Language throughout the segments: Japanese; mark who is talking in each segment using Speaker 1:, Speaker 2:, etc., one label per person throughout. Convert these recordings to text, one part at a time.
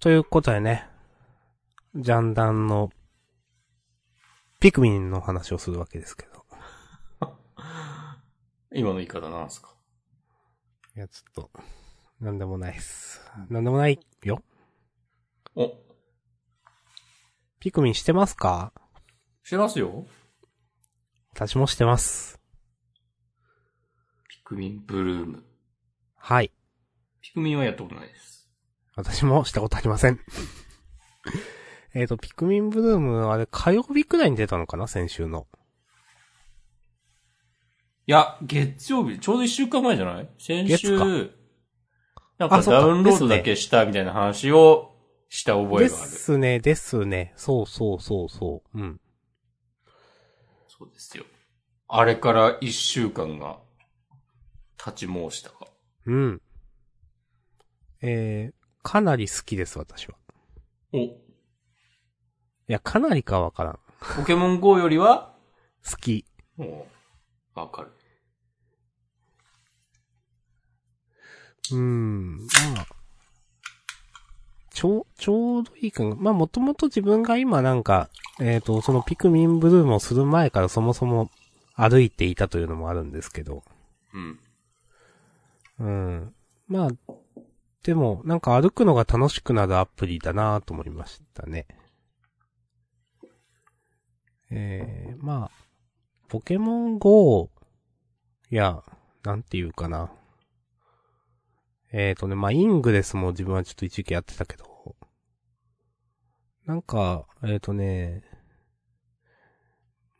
Speaker 1: ということでね、ジャンダンの、ピクミンの話をするわけですけど。
Speaker 2: 今の言い方なんですか
Speaker 1: いや、ちょっと、なんでもないっす。なんでもないよ。
Speaker 2: お、
Speaker 1: ピクミンしてますか
Speaker 2: してますよ
Speaker 1: 私もしてます。
Speaker 2: ピクミンブルーム。
Speaker 1: はい。
Speaker 2: ピクミンはやったことないです。
Speaker 1: 私もしたことありません。 えっと、ピクミンブルーム、あれ、火曜日くらいに出たのかな先週の。
Speaker 2: いや、月曜日、ちょうど一週間前じゃない先週、なん
Speaker 1: あ
Speaker 2: か
Speaker 1: そうか
Speaker 2: ダウンロードだけしたみたいな話をした覚
Speaker 1: で
Speaker 2: えがある。
Speaker 1: すね、ですね。そうそうそうそう。うん。
Speaker 2: そうですよ。あれから一週間が、立ち申したか。
Speaker 1: うん。えー、かなり好きです、私は。
Speaker 2: お、
Speaker 1: いや、かなりかわからん。
Speaker 2: ポケモン GO よりは、
Speaker 1: 好き。
Speaker 2: もう、わかる。
Speaker 1: うーん、まあ。ちょう、ちょうどいいかな。まあ、もともと自分が今なんか、えっ、と、そのピクミンブルームをする前からそもそも歩いていたというのもあるんですけど。
Speaker 2: うん。
Speaker 1: うん。まあ、でも、なんか歩くのが楽しくなるアプリだなと思いましたね。えー、まあ、ポケモン GO、いや、なんていうかな。えーとね、まあ、イングレスも自分はちょっと一時期やってたけど、なんか、えーとね、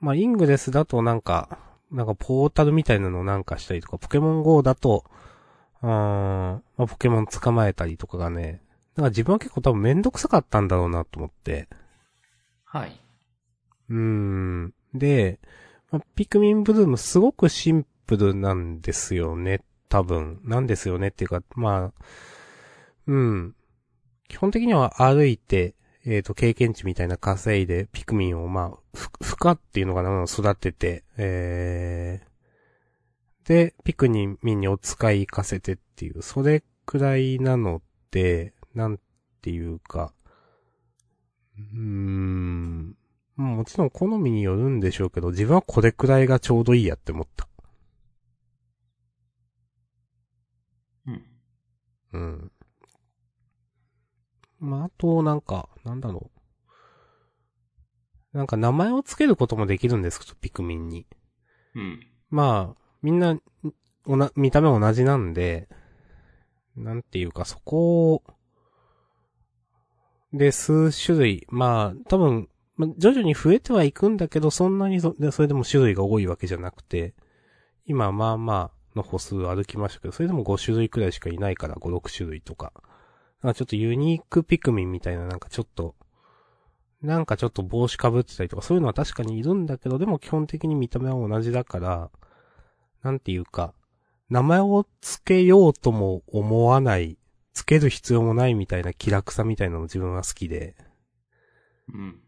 Speaker 1: まあ、イングレスだとなんか、なんかポータルみたいなのをなんかしたりとか、ポケモン GO だと、うーん、まあ、ポケモン捕まえたりとかがね、なんか自分は結構多分めんどくさかったんだろうなと思って。
Speaker 2: はい。
Speaker 1: うーん。で、まあピクミンブルームすごくシンプルなんですよね、多分。なんですよねっていうか、まあ、うん。基本的には歩いて、えっ、と、経験値みたいな稼いで、ピクミンを、まあ、ふ、ふ化っていうのかな、育てて、えー、で、ピクミンを使い行かせてっていう、それくらいなので、なんていうか、うーん、まあもちろん好みによるんでしょうけど、自分はこれくらいがちょうどいいやって思った。
Speaker 2: うん。
Speaker 1: うん。まあ、あと、なんか、なんだろう。なんか名前を付けることもできるんですけど、ピクミンに。
Speaker 2: うん。
Speaker 1: まあ、みんな、んおな、見た目同じなんで、なんていうか、そこを、で、数種類、まあ、多分、まあ徐々に増えてはいくんだけど、そんなにそ、でそれでも種類が多いわけじゃなくて、今、まあまあの歩数歩きましたけど、それでも5種類くらいしかいないから、5、6種類とか。なんかちょっとユニークピクミンみたいな、なんかちょっと、なんかちょっと帽子かぶってたりとか、そういうのは確かにいるんだけど、でも基本的に見た目は同じだから、なんていうか、名前を付けようとも思わない、付ける必要もないみたいな気楽さみたいなの自分は好きで、
Speaker 2: うん。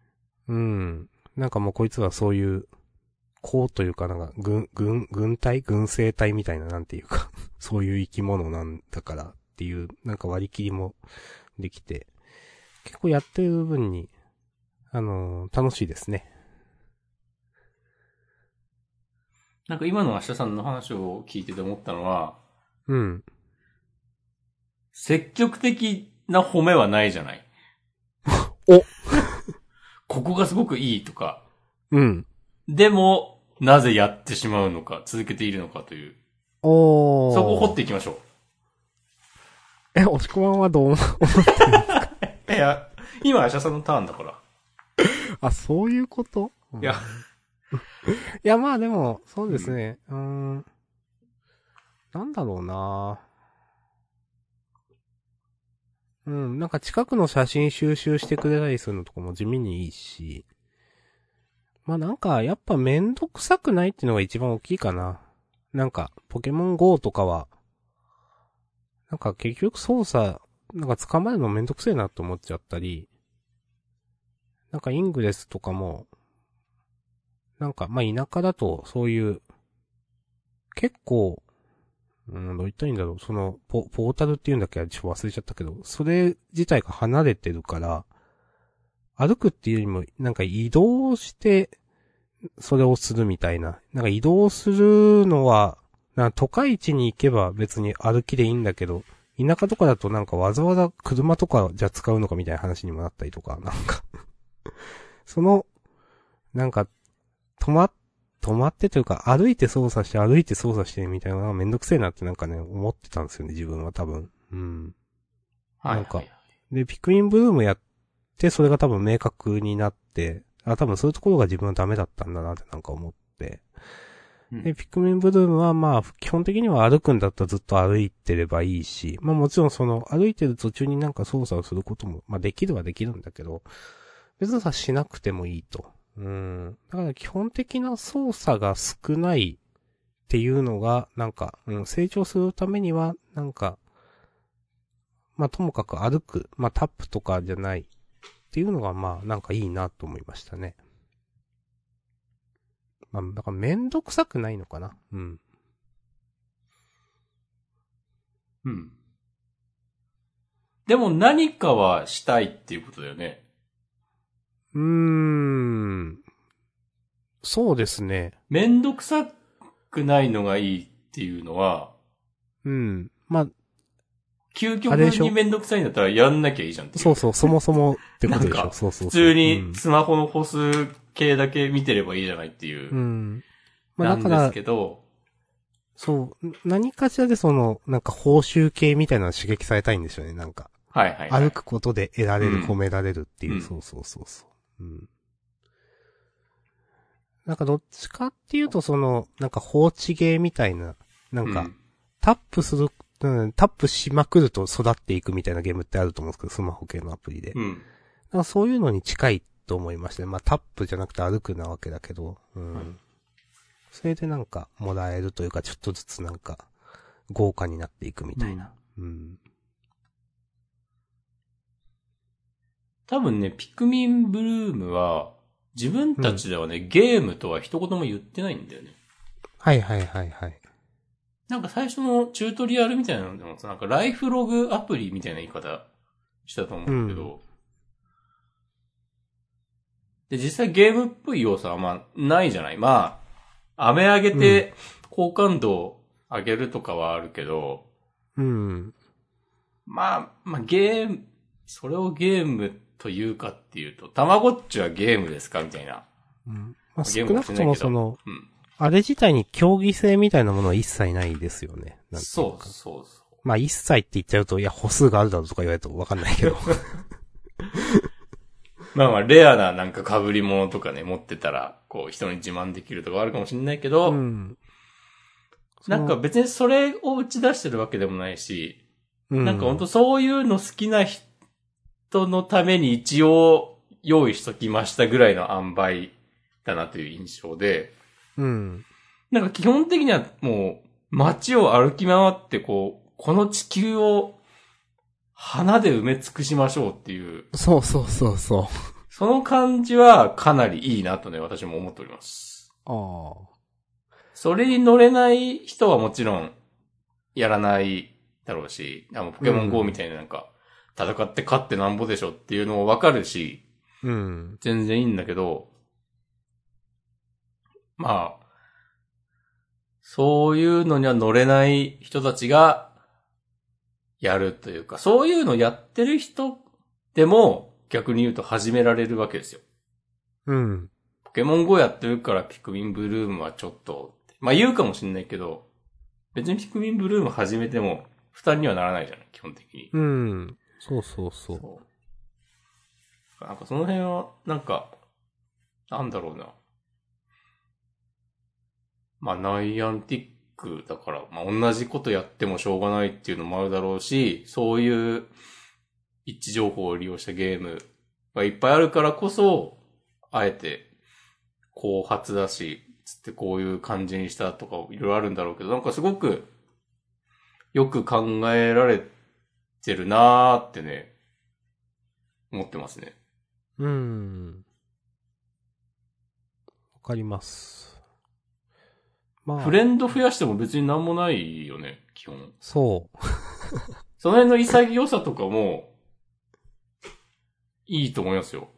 Speaker 1: うん。なんかもうこいつはそういう、こうというかなんか、軍、軍、軍隊軍政隊みたいななんていうか、 そういう生き物なんだからっていう、なんか割り切りもできて、結構やってる分に、あのー楽しいですね。
Speaker 2: なんか今の明日さんの話を聞いてて思ったのは、
Speaker 1: うん。
Speaker 2: 積極的な褒めはないじゃない。
Speaker 1: お
Speaker 2: ここがすごくいいとか。
Speaker 1: うん。
Speaker 2: でも、なぜやってしまうのか、続けているのかという。
Speaker 1: おー。
Speaker 2: そこを掘っていきましょ
Speaker 1: え、押し込まんはどう思う
Speaker 2: う。いや、今、明日さんのターンだから。
Speaker 1: あ、そういうこと
Speaker 2: いや、
Speaker 1: いや、まあでも、そうですね。うーん。なんだろうなうん、なんか近くの写真収集してくれたりするのとかも地味にいいし。まあなんか、やっぱめんどくさくないっていうのが一番大きいかな。なんか、ポケモン GO とかは、なんか結局操作、なんか捕まえるのめんどくせえなと思っちゃったり、なんかイングレスとかも、なんか、まあ、田舎だと、そういう、結構、ううん、どう言ったらいいんだろう。その、ポ、ポータルっていうんだっけちょっと忘れちゃったけど、それ自体が離れてるから、歩くっていうよりも、なんか移動して、それをするみたいな。なんか移動するのは、なんか都会地に行けば別に歩きでいいんだけど、田舎とかだとなんかわざわざ車とかじゃ使うのかみたいな話にもなったりとか、なんか。その、なんか、止まっ止まってというか、歩いて操作して、歩いて操作してみたいなのがめんどくせえなってなんかね、思ってたんですよね、自分は多分。うん。
Speaker 2: はい。
Speaker 1: なんかで、ピクインブルームやって、それが多分明確になって、あ、多分そういうところが自分はダメだったんだなってなんか思って。
Speaker 2: うん
Speaker 1: で、ピクミンブルームはまあ、基本的には歩くんだったらずっと歩いてればいいし、まあもちろんその、歩いてる途中になんか操作をすることも、まあできるはできるんだけど、別にさ、しなくてもいいと。うん。だから基本的な操作が少ないっていうのが、なんか、うん、成長するためには、なんか、まあともかく歩く、まあタップとかじゃないっていうのが、まあなんかいいなと思いましたね。まあ、だからめんどくさくないのかな。うん。
Speaker 2: うん。でも何かはしたいっていうことだよね。
Speaker 1: うーん。そうですね。
Speaker 2: めんどくさくないのがいいっていうのは、
Speaker 1: うん。まあ、
Speaker 2: 究
Speaker 1: あ
Speaker 2: 極
Speaker 1: れでしょ
Speaker 2: にめんどくさいんだったらやんなきゃいいじゃんっていう
Speaker 1: そうそう、そもそもってことでし
Speaker 2: なん
Speaker 1: ょ。
Speaker 2: か
Speaker 1: そうそうそう。
Speaker 2: 普通
Speaker 1: うん
Speaker 2: にスマホの歩数系だけ見てればいいじゃないっていうう。
Speaker 1: ん。ま
Speaker 2: な
Speaker 1: あ
Speaker 2: ん
Speaker 1: だか
Speaker 2: です
Speaker 1: ら、
Speaker 2: けど、
Speaker 1: そう、何かしらでその、なんか報酬系みたいなのを刺激されたいんでしょうね、なんか。
Speaker 2: はいはい、はい。
Speaker 1: 歩くことで得られる、
Speaker 2: うん
Speaker 1: 褒められるっていう、
Speaker 2: うん
Speaker 1: そうそうそうそう。うん。なんかどっちかっていうとその、なんか放置芸みたいな、なんか、
Speaker 2: う
Speaker 1: タップする、うんタップしまくると育っていくみたいなゲームってあると思うんですけど、スマホ系のアプリで。
Speaker 2: うん。うん。
Speaker 1: なんかそういうのに近いと思いましたね。まあタップじゃなくて歩くなわけだけど、うん。
Speaker 2: はい
Speaker 1: それでなんかもらえるというか、ちょっとずつなんか、豪華になっていくみたいな。うん。
Speaker 2: 多分ね、ピクミンブルームは、自分たちではね、ゲームとは一言も言ってないんだよね。
Speaker 1: はいはいはいはい。
Speaker 2: なんか最初のチュートリアルみたいなのでもさ、なんかライフログアプリみたいな言い方したと思うんだけど、で、実際ゲームっぽい要素はまあないじゃない。まあ、飴上げて好感度を上げるとかはあるけど、
Speaker 1: うん。
Speaker 2: まあ、まあゲーム、それをゲームというかっていうと、たまごっちはゲームですかみたいな。
Speaker 1: うんまあ、
Speaker 2: ゲ
Speaker 1: 少
Speaker 2: ーム
Speaker 1: な
Speaker 2: は
Speaker 1: くと
Speaker 2: しないけど
Speaker 1: もその、
Speaker 2: うん。
Speaker 1: あれ自体に競技性みたいなものは一切ないですよね。なんていか
Speaker 2: そうそうそ
Speaker 1: まあ一切って言っちゃうと、いや、歩数があるだろうとか言われるとわかんない けど。
Speaker 2: う。まあまあ、レアななんか被り物とかね、持ってたら、こう、人に自慢できるとかあるかもしれないけど、
Speaker 1: うん。
Speaker 2: なんか別にそれを打ち出してるわけでもないし、
Speaker 1: その、
Speaker 2: なんか
Speaker 1: う
Speaker 2: 本当そういうの好きな人のために一応用意しときましたぐらいの塩梅だなという印象で、
Speaker 1: うん。
Speaker 2: なんか基本的にはもう街を歩き回ってこう、この地球を花で埋め尽くしましょうっていう、
Speaker 1: そうそうそうそう。
Speaker 2: その感じはかなりいいなとね、私も思っております。
Speaker 1: あ
Speaker 2: それに乗れない人はもちろん、やらないだろうし、あのポケモン GO みたいななんか、戦って勝ってなんぼでしょっていうのもわかるし、
Speaker 1: あ。うん。
Speaker 2: 全然いいんだけど、まあ、そういうのには乗れない人たちが、やるというか、そういうのやってる人でも、逆に言うと始められるわけですよ。
Speaker 1: うん。
Speaker 2: ポケモン GO やってるからピクミンブルームはちょっとって、まあ言うかもしんないけど、別にピクミンブルーム始めても負担にはならないじゃない、基本的に。
Speaker 1: うん。そうそうそう。
Speaker 2: そうなんかその辺は、なんか、なんだろうな。まあナイアンティックだから、まあ同じことやってもしょうがないっていうのもあるだろうし、そういう一致情報を利用したゲームがいっぱいあるからこそ、あえて、後発だし、つってこういう感じにしたとかいろいろあるんだろうけど、なんかすごく、よく考えられてるなーってね、思ってますね。
Speaker 1: うん。わかります。まあ。
Speaker 2: フレンド増やしても別になんもないよね、基本。
Speaker 1: そう。
Speaker 2: その辺の潔さとかも、いいと思いますよ。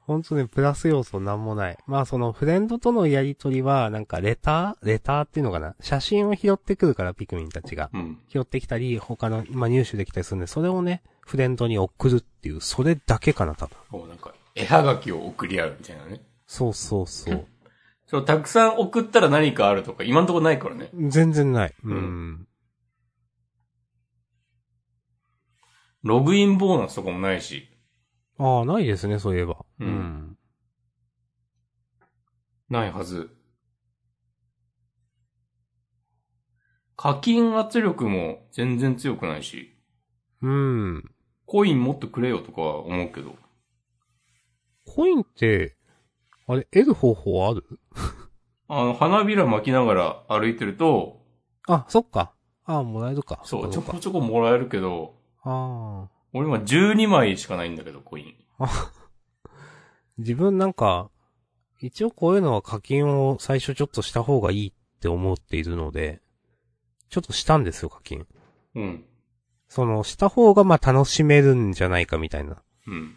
Speaker 1: ほんとね、プラス要素なんもない。まあそのフレンドとのやりとりは、なんかレターレターっていうのかな写真を拾ってくるから、ピクミンたちが。
Speaker 2: うん。
Speaker 1: 拾ってきたり、他の、まあ入手できたりするんで、それをね、フレンドに送るっていう、それだけかな、多分。
Speaker 2: もうなんか、絵はがきを送り合うみたいなね。
Speaker 1: そうそうそう。
Speaker 2: そのたくさん送ったら何かあるとか、今んとこないからね。
Speaker 1: 全然ない。うん。
Speaker 2: ログインボーナスとかもないし、
Speaker 1: ああ、ないですね、そういえば。
Speaker 2: うんないはず。課金圧力も全然強くないし、
Speaker 1: うん。うん。コ
Speaker 2: コインもっとくれよとかは思うけど。
Speaker 1: インって、あれ、得る方法ある
Speaker 2: あの、花びら巻きながら歩いてると、
Speaker 1: あ、そっか。ああ、もらえるか。
Speaker 2: そう、ち
Speaker 1: そ
Speaker 2: ょ
Speaker 1: っかそ
Speaker 2: こ
Speaker 1: っか。
Speaker 2: ちょこもらえるけど、
Speaker 1: ああ。
Speaker 2: 俺今12枚しかないんだけど、コイン。
Speaker 1: 自分なんか、一応こういうのは課金を最初ちょっとした方がいいって思っているので、ちょっとしたんですよ、課金。
Speaker 2: うん。
Speaker 1: その、した方がまあ楽しめるんじゃないかみたいな。
Speaker 2: うん。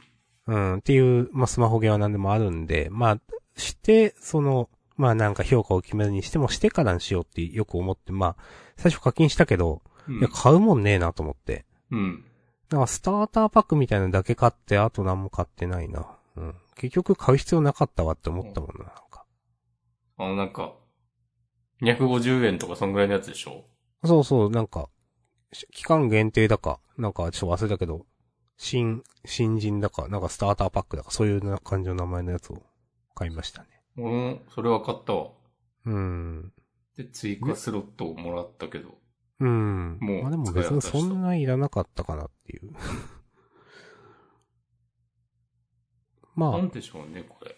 Speaker 1: うん、っていう、まあスマホゲーは何でもあるんで、まあ、して、その、まあなんか評価を決めるにしてもしてからにしようってよく思って、まあ、最初課金したけど、
Speaker 2: うん
Speaker 1: いや、買うもんねえなと思って。
Speaker 2: うん。
Speaker 1: なんかスターターパックみたいなのだけ買って、あと何も買ってないな。うん。結局買う必要なかったわって思ったもんな、なんか。
Speaker 2: あの、なんか、250円とかそんぐらいのやつでしょ
Speaker 1: そうそう、なんか、し期間限定だか、なんかちょっと忘れたけど、新、新人だか、なんかスターターパックだか、そういうな感じの名前のやつを買いましたね。
Speaker 2: 俺も、それは買ったわ。
Speaker 1: うん。
Speaker 2: で、追加スロットをもらったけど。
Speaker 1: うん。
Speaker 2: もう
Speaker 1: まあでも別にそんないらなかったかなっていう。 まあ
Speaker 2: な、んでしょうね、これ。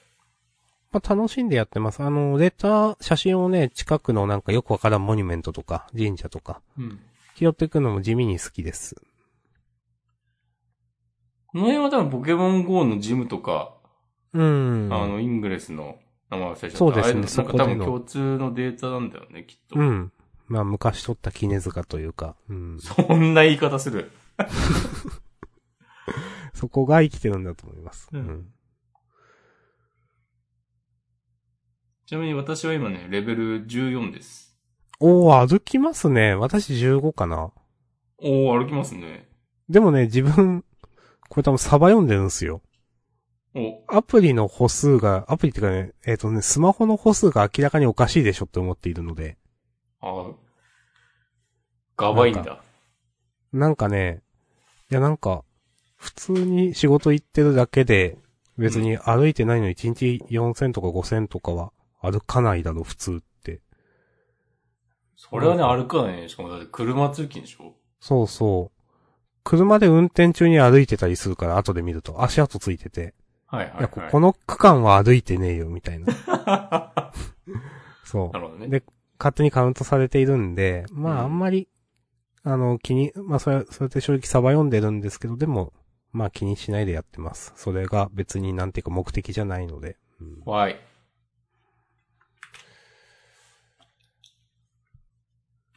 Speaker 1: まあ楽しんでやってます。あの、レター、写真をね、近くのなんかよくわからんモニュメントとか、神社とか、
Speaker 2: うん。
Speaker 1: 拾っていくのも地味に好きです。
Speaker 2: この辺は多分ポケモン GO のジムとか、
Speaker 1: うん。
Speaker 2: あの、イングレスの名前忘れちゃった。
Speaker 1: そうですね
Speaker 2: あれなん
Speaker 1: そ
Speaker 2: か
Speaker 1: こでの
Speaker 2: 多分共通のデータなんだよね、きっと。
Speaker 1: うん。まあ昔撮った絹塚というか、うん。
Speaker 2: そんな言い方する。
Speaker 1: そこが生きてるんだと思います。
Speaker 2: う
Speaker 1: うんん。
Speaker 2: ちなみに私は今ね、レベル14です。
Speaker 1: おー、歩きますね。私15かな。
Speaker 2: おー、歩きますね。
Speaker 1: でもね、自分、これ多分サバ読んでるんですよ。
Speaker 2: お、
Speaker 1: アプリの歩数が、アプリっていうかね、えっ、とね、スマホの歩数が明らかにおかしいでしょって思っているので、
Speaker 2: あーがばいん
Speaker 1: な
Speaker 2: だ。
Speaker 1: なんかね、いやなんか、普通に仕事行ってるだけで、別に歩いてないのに1日4000とか5000とかは歩かないだろ、普通って。
Speaker 2: それはね、歩かないね。しかもだって車通勤でしょ
Speaker 1: そうそう。車で運転中に歩いてたりするから、後で見ると、足跡ついてて、
Speaker 2: はいはいい
Speaker 1: や、こ
Speaker 2: はい。
Speaker 1: この区間は歩いてねえよ、みたい な。そう
Speaker 2: な。るほどね。
Speaker 1: で勝手にカウントされているんで、まあ
Speaker 2: うん
Speaker 1: あんまり、あの、気に、まあそれ、それって正直サバ読んでるんですけど、でも、まあ気にしないでやってます。それが別になんていうか目的じゃないので。うん
Speaker 2: わい。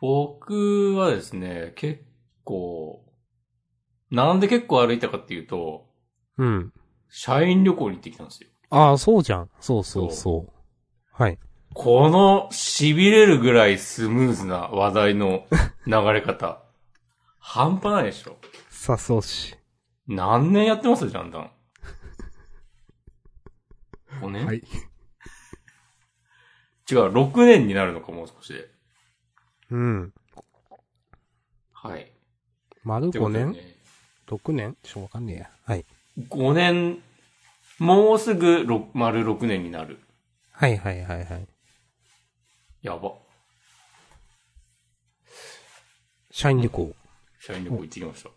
Speaker 2: 僕はですね、結構、なんで結構歩いたかっていうと、
Speaker 1: うん。
Speaker 2: 社員旅行に行ってきたんですよ。
Speaker 1: ああ、そうじゃん。そうそうそう。はい。
Speaker 2: この痺れるぐらいスムーズな話題の流れ 方。半端ないでしょ。
Speaker 1: さそうし。
Speaker 2: 何年やってますジャンダン。5年、
Speaker 1: はい。
Speaker 2: 違う、6年になるのか、もう少しで。
Speaker 1: うん。
Speaker 2: はい。
Speaker 1: 丸
Speaker 2: って
Speaker 1: 5
Speaker 2: ことで
Speaker 1: 年、
Speaker 2: ね
Speaker 1: ?6 年ちょっとわかんねえや。はい。
Speaker 2: 5年、もうすぐろ丸6年になる。
Speaker 1: はいはいはいはい。
Speaker 2: やば。
Speaker 1: 社員旅行。
Speaker 2: 社員旅行行ってきました。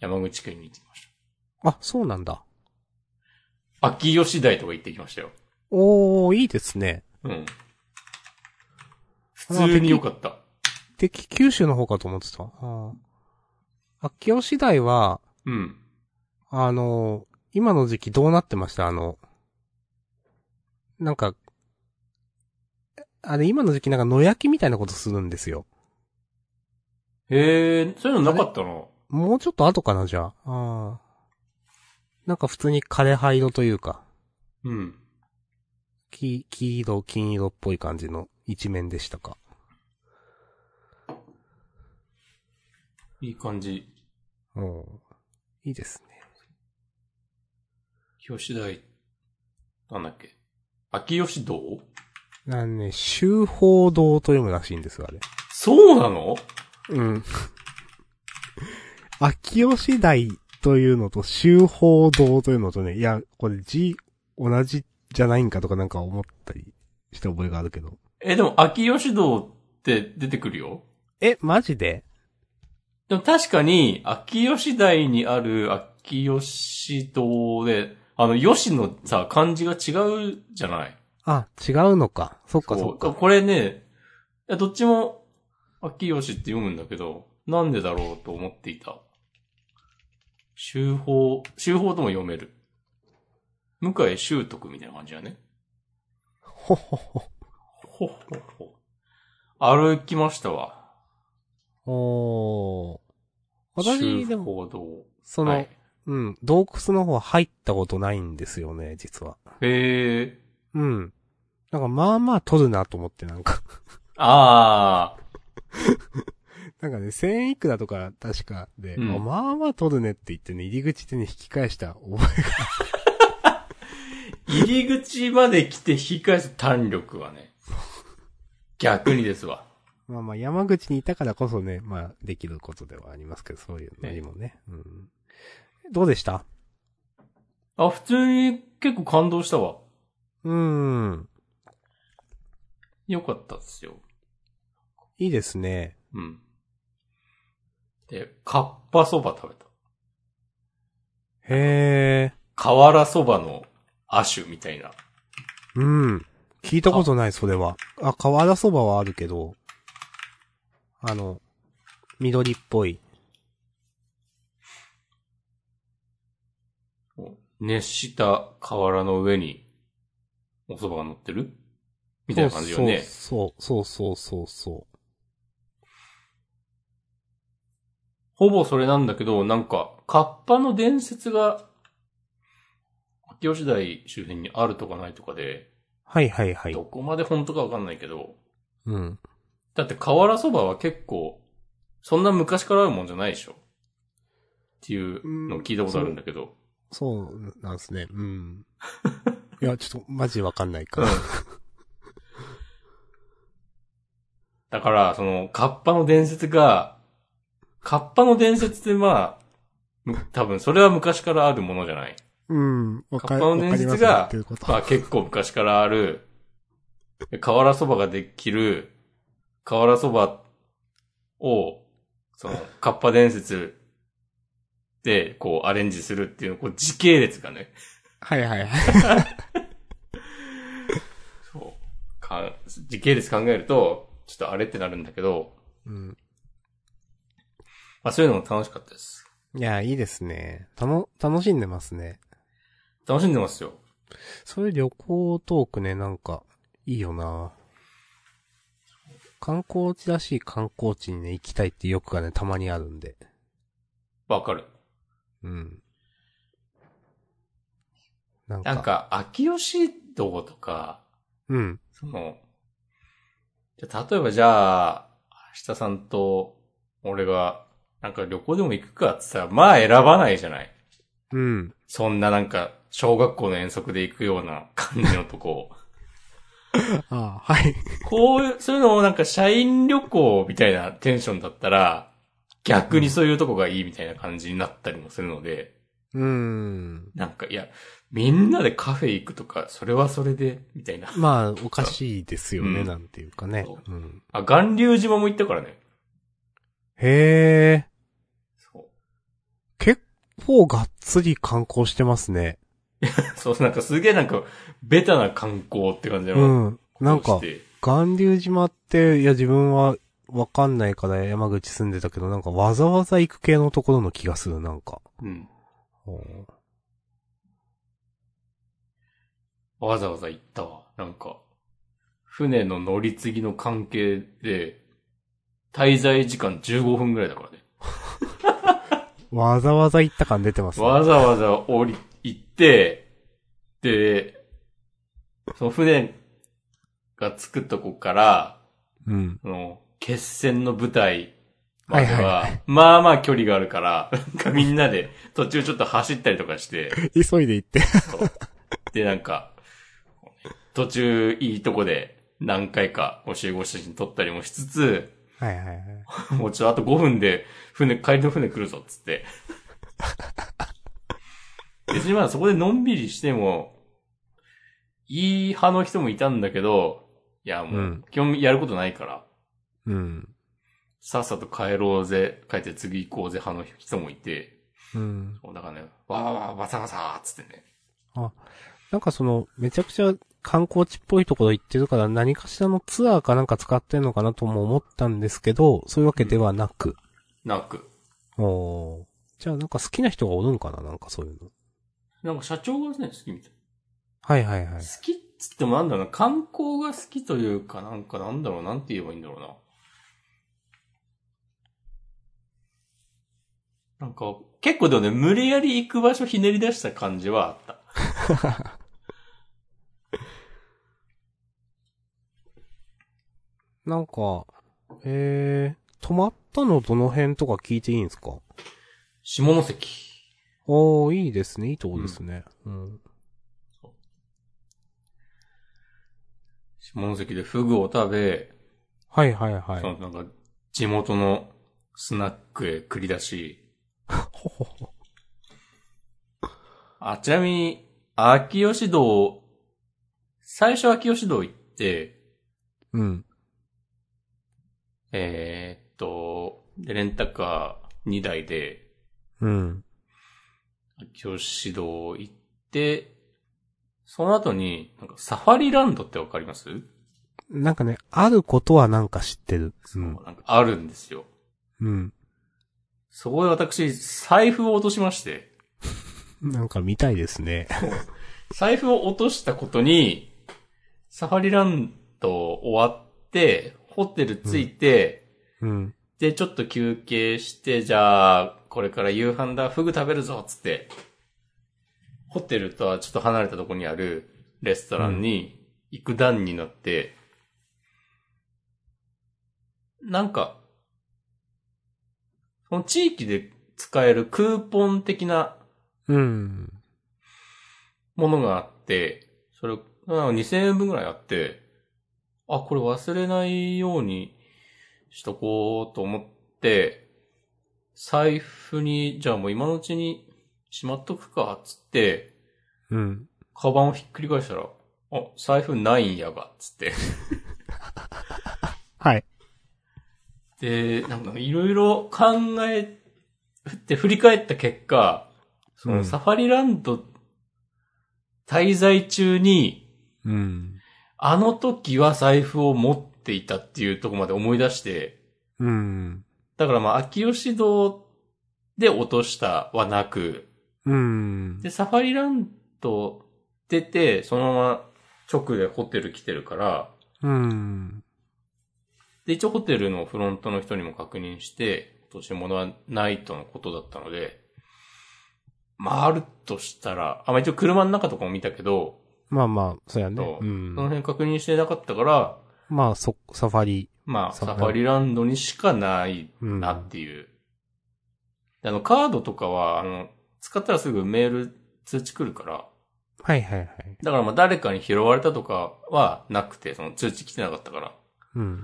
Speaker 2: 山口県に行ってきまし
Speaker 1: あ、そうなんだ。
Speaker 2: た。秋吉台とか行ってきましたよ。
Speaker 1: おー、いいですね。
Speaker 2: うん。普通に良かった。
Speaker 1: 敵九州の方かと思ってた。あー秋吉台は、
Speaker 2: うん。
Speaker 1: あの、今の時期どうなってましたあの、なんか、あれ今の時期なんか野焼きみたいなことするんですよ。
Speaker 2: へえ、そういうのなかったの
Speaker 1: もうちょっと後かな、じゃあ。あーなんか普通に枯葉色というか、
Speaker 2: うん。
Speaker 1: 黄、黄色、金色っぽい感じの一面でしたか。
Speaker 2: いい感じ。
Speaker 1: うん。いいですね。
Speaker 2: 吉台、なんだっけ。秋吉堂
Speaker 1: なんね、修法堂と読むらしいんですよ、あれ。
Speaker 2: そうなの
Speaker 1: うん。 秋吉台というのと、修法堂というのとね、いや、これ字同じじゃないんかとかなんか思ったりした覚えがあるけど。
Speaker 2: え、でも秋吉堂って出てくるよ。
Speaker 1: え、マジで
Speaker 2: でも確かに、秋吉台にある秋吉堂で、あの、吉のさ、漢字が違うじゃない
Speaker 1: あ、違うのか。そっかそ
Speaker 2: こ
Speaker 1: っ
Speaker 2: う
Speaker 1: か。
Speaker 2: これね、いやどっちも、秋吉って読むんだけど、なんでだろうと思っていた。修法、修法とも読める。向井修徳みたいな感じだね。
Speaker 1: ほほほ。
Speaker 2: ほっほっほ。歩きましたわ。
Speaker 1: おー。私、で
Speaker 2: 修
Speaker 1: も、
Speaker 2: 法堂。
Speaker 1: その、
Speaker 2: はい、
Speaker 1: うん、洞窟の方は入ったことないんですよね、実は。
Speaker 2: へえ。
Speaker 1: うん。なんか、まあまあ取るなと思って、なんか。
Speaker 2: ああ。
Speaker 1: なんかね、千いくらとか、確かで、
Speaker 2: うん
Speaker 1: あまあまあ取るねって言ってね、入り口でね、引き返した 覚
Speaker 2: 入り口まで来て引き返す弾力はね。逆にですわ。
Speaker 1: え。まあまあ、山口にいたからこそね、まあ、できることではありますけど、そういうのにもね。うん。どうでした
Speaker 2: あ、普通に結構感動したわ。
Speaker 1: うーん。
Speaker 2: よかったですよ。
Speaker 1: いいですね。
Speaker 2: うん。で、カッパそば食べた。
Speaker 1: へえ。
Speaker 2: 瓦そばの亜種みたいな。
Speaker 1: うん。聞いたことない、それは。あ、瓦そばはあるけど、あの、緑っぽい。
Speaker 2: 熱した瓦の上に、お蕎麦が乗ってるみたいな感じよね。
Speaker 1: そうそうそうそうそうそう。
Speaker 2: ほぼそれなんだけど、なんか、カッパの伝説が、秋吉台周辺にあるとかないとかで、
Speaker 1: はいはいはい
Speaker 2: ど。こまで本当かわかんないけど、
Speaker 1: うん。
Speaker 2: だって瓦そばは結構、そんな昔からあるもんじゃないでしょっていうのを聞いたことあるんだけど。
Speaker 1: そうなんですね。うん。いや、ちょっとマジわかんないか
Speaker 2: うん
Speaker 1: ら。
Speaker 2: だから、その、カッパの伝説が、カッパの伝説ってまあむ、多分それは昔からあるものじゃない。
Speaker 1: うん。わか
Speaker 2: カッパの伝説が
Speaker 1: わかりますよ言ってること
Speaker 2: まあ結構昔からある、瓦そばができる、瓦そばを、その、カッパ伝説で、こう、アレンジするっていう、こう、時系列がね、
Speaker 1: はいはいはい。
Speaker 2: そう。か、時系列考えると、ちょっとあれってなるんだけど、
Speaker 1: うん。
Speaker 2: まあそういうのも楽しかったです。
Speaker 1: いや、いいですね。たの、楽しんでますね。
Speaker 2: 楽しんでますよ。
Speaker 1: そういう旅行トークね、なんか、いいよな観光地らしい観光地にね、行きたいって欲がね、たまにあるんで。
Speaker 2: わかる。
Speaker 1: うん。なんか、
Speaker 2: なんか、秋吉堂とか、
Speaker 1: うん。
Speaker 2: その、じゃ例えばじゃあ、明日さんと、俺が、なんか旅行でも行くかってさ、まあ選ばないじゃない。
Speaker 1: うん。
Speaker 2: そんななんか、小学校の遠足で行くような感じのとこ。
Speaker 1: ああ、はい。
Speaker 2: こういう、そういうのもなんか社員旅行みたいなテンションだったら、逆にそういうとこがいいみたいな感じになったりもするので、
Speaker 1: うーん。
Speaker 2: なんか、いや、みんなでカフェ行くとか、それはそれで、みたいな。
Speaker 1: まあ、おかしいですよね、
Speaker 2: うん
Speaker 1: なんていうかね
Speaker 2: そ。
Speaker 1: うん。
Speaker 2: あ、岩流島も行ったからね。
Speaker 1: へえ、
Speaker 2: そ
Speaker 1: 結構がっつり観光してますね。
Speaker 2: う。そう、なんかすげえなんか、ベタな観光って感じの。
Speaker 1: うん。なん
Speaker 2: こ
Speaker 1: か
Speaker 2: とを、して
Speaker 1: 巌流島って、いや自分はわかんないから山口住んでたけど、なんかわざわざ行く系のところの気がする、なんか。
Speaker 2: うん。
Speaker 1: うん
Speaker 2: わざわざ行ったわ。なんか、船の乗り継ぎの関係で、滞在時間15分ぐらいだからね。
Speaker 1: わざわざ行った感出てますね。
Speaker 2: わざわざ降り、行って、で、その船が着くとこから、
Speaker 1: うん。
Speaker 2: その、決戦の舞台までは、
Speaker 1: はいはい
Speaker 2: まあまあ距離があるから、なんかみんなで途中ちょっと走ったりとかして、
Speaker 1: 急いで行って。
Speaker 2: そうで、なんか、途中いいとこで何回かお集合写真撮ったりもしつつ、
Speaker 1: はいはいはい。
Speaker 2: もうちょっとあと5分で船、帰りの船来るぞっつって。別にまあそこでのんびりしても、いい派の人もいたんだけど、いやも
Speaker 1: う
Speaker 2: うん基本やることないから、
Speaker 1: うん。
Speaker 2: さっさと帰ろうぜ、帰って次行こうぜ派の人もいて、
Speaker 1: うん。
Speaker 2: そうだからね、わーわーバサバサーっつってね。
Speaker 1: なんかその、めちゃくちゃ観光地っぽいところ行ってるから何かしらのツアーかなんか使ってんのかなとも思ったんですけど、そういうわけではなく。
Speaker 2: なく。
Speaker 1: おーじゃあなんか好きな人がおるんかななんかそういうの。
Speaker 2: なんか社長がね、好きみたい。
Speaker 1: はいはいはい
Speaker 2: 好。きっつってもなんだろうな、観光が好きというか、なんかなんだろう、なんて言えばいいんだろうな。なんか、結構でもね、無理やり行く場所ひねり出した感じはあった。
Speaker 1: なんか、えー、泊まったのどの辺とか聞いていいんですか
Speaker 2: 下関。
Speaker 1: おー、いいですね。いいとこですね。うん。
Speaker 2: 下関でフグを食べ、
Speaker 1: はいはいは
Speaker 2: そ
Speaker 1: い。
Speaker 2: のなんか、地元のスナックへ繰り出し。
Speaker 1: ほほほ。
Speaker 2: あ、ちなみに、秋吉堂、最初秋吉堂行って、
Speaker 1: うん。
Speaker 2: えーっと、で、レンタカー2台で、
Speaker 1: うん。
Speaker 2: 教師指導行って、その後に、なんかサファリランドってわかります、
Speaker 1: なんかね、あることはなんか知ってる。うん。
Speaker 2: なんかあるんですよ。
Speaker 1: うん。
Speaker 2: そこで私、財布を落としまして、
Speaker 1: なんか見たいですね。
Speaker 2: 財布を落としたことに、サファリランド終わって、ホテル着いて、
Speaker 1: うん。
Speaker 2: で、ちょっと休憩して、じゃあ、これから夕飯だ、フグ食べるぞ、つって、ホテルとはちょっと離れたところにあるレストランに行く段になって、なんか、その地域で使えるクーポン的な
Speaker 1: うん。
Speaker 2: ものがあって、それ、なんか2000円分ぐらいあって、あ、これ忘れないようにしとこうと思って、財布に、じゃあもう今のうちにしまっとくか、つって、
Speaker 1: うん。
Speaker 2: カバンをひっくり返したら、あ、財布ないんやが、つって。
Speaker 1: はい。
Speaker 2: で、なんかいろいろ考えて振り返った結果、そうの
Speaker 1: ん
Speaker 2: サファリランド滞在中に、
Speaker 1: うん。
Speaker 2: あの時は財布を持っていたっていうところまで思い出して、
Speaker 1: うん。
Speaker 2: だからまあ、秋吉堂で落としたはなく、
Speaker 1: うん。
Speaker 2: で、サファリランド出て、そのまま直でホテル来てるから、
Speaker 1: うん。
Speaker 2: で、一応ホテルのフロントの人にも確認して、落とし物はないとのことだったので、まあ、あるとしたら、あ、まあ一応車の中とかも見たけど、
Speaker 1: まあまあ、そうやね
Speaker 2: そ。
Speaker 1: う
Speaker 2: う、
Speaker 1: ん
Speaker 2: その。辺確認してなかったから、
Speaker 1: まあ、そ、サファリ。
Speaker 2: まあ、
Speaker 1: そう
Speaker 2: サファリランドにしかない
Speaker 1: うん。
Speaker 2: なっていう。であの、カードとかは、あの、使ったらすぐメール通知来るから、
Speaker 1: はいはいはい。
Speaker 2: だからまあ誰かに拾われたとかはなくて、その通知来てなかったから。
Speaker 1: うん。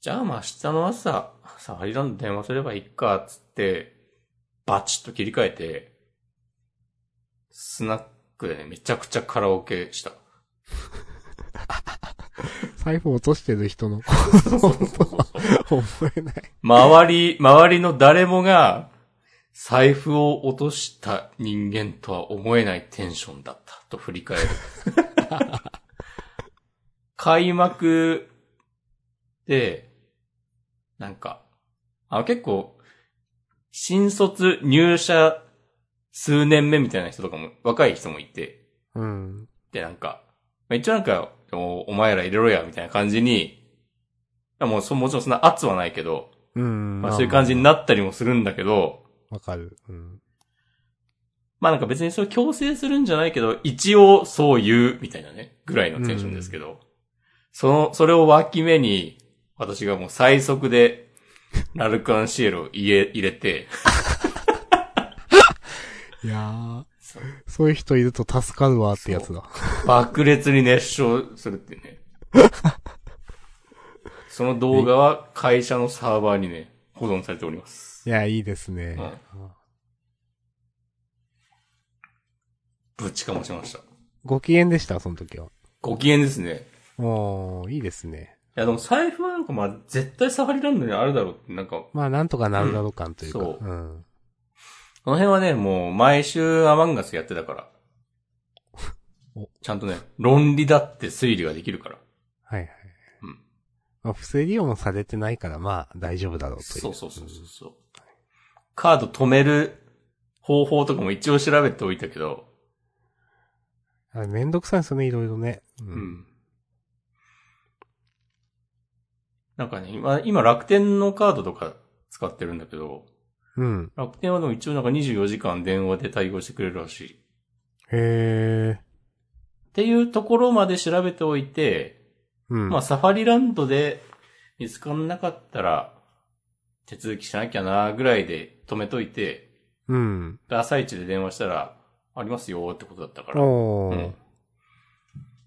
Speaker 2: じゃあまあ明日の朝、サファリランド電話すればいいか、つって、バチッと切り替えて、スナックでね、めちゃくちゃカラオケした。
Speaker 1: 財布落としてる人の
Speaker 2: そうそうそうそう
Speaker 1: 覚えない。
Speaker 2: 周り、周りの誰もが、財布を落とした人間とは思えないテンションだったと振り返る。開幕で、なんか、あ結構、新卒入社数年目みたいな人とかも、若い人もいて、
Speaker 1: うん。
Speaker 2: で、なんか、まあ一応なんか、おお前ら入れろや、みたいな感じに、やもうそもちろんそんな圧はないけど、
Speaker 1: うん。
Speaker 2: まあ、そういう感じになったりもするんだけど、
Speaker 1: わかる。うん。
Speaker 2: まあなんか別にそれ強制するんじゃないけど、一応そう言うみたいなね、ぐらいのテンションですけど、その、それを脇目に、私がもう最速で、ラルクアンシエルを入れ、入れて、
Speaker 1: いやー。そういう人いると助かるわってやつだ。
Speaker 2: 爆裂に熱唱するっていうね。その動画は会社のサーバーにね、保存されております。
Speaker 1: いや、いいですね。
Speaker 2: ぶちかましました。
Speaker 1: ご機嫌でした、その時は。
Speaker 2: ご機嫌ですね。
Speaker 1: おー、いいですね。
Speaker 2: いやでも財布はなんかまあ絶対サファリランドにあるだろうって、なんか、
Speaker 1: まあ、なんとかなるだろう感というか。
Speaker 2: うんそう
Speaker 1: うん。
Speaker 2: この辺はね、もう毎週アマンガスやってたから
Speaker 1: お。
Speaker 2: ちゃんとね、論理だって推理ができるから。
Speaker 1: はいはい。
Speaker 2: うん
Speaker 1: まあ、不正利用もされてないから、まあ、大丈夫だろうという。
Speaker 2: そうそうそうそうそう。カード止める方法とかも一応調べておいたけど、
Speaker 1: あれめんどくさいですよね、いろいろね。う
Speaker 2: う。ん。なんかね、今、今楽天のカードとか使ってるんだけど、
Speaker 1: うん。
Speaker 2: 楽天はでも一応なんか24時間電話で対応してくれるらしい。っ
Speaker 1: へえ。
Speaker 2: ていうところまで調べておいて、
Speaker 1: うん。
Speaker 2: まあサファリランドで見つかんなかったら、手続きしなきゃなぐらいで止めといて、
Speaker 1: うん。
Speaker 2: で朝一で電話したら、ありますよってことだったから、
Speaker 1: おー。
Speaker 2: うん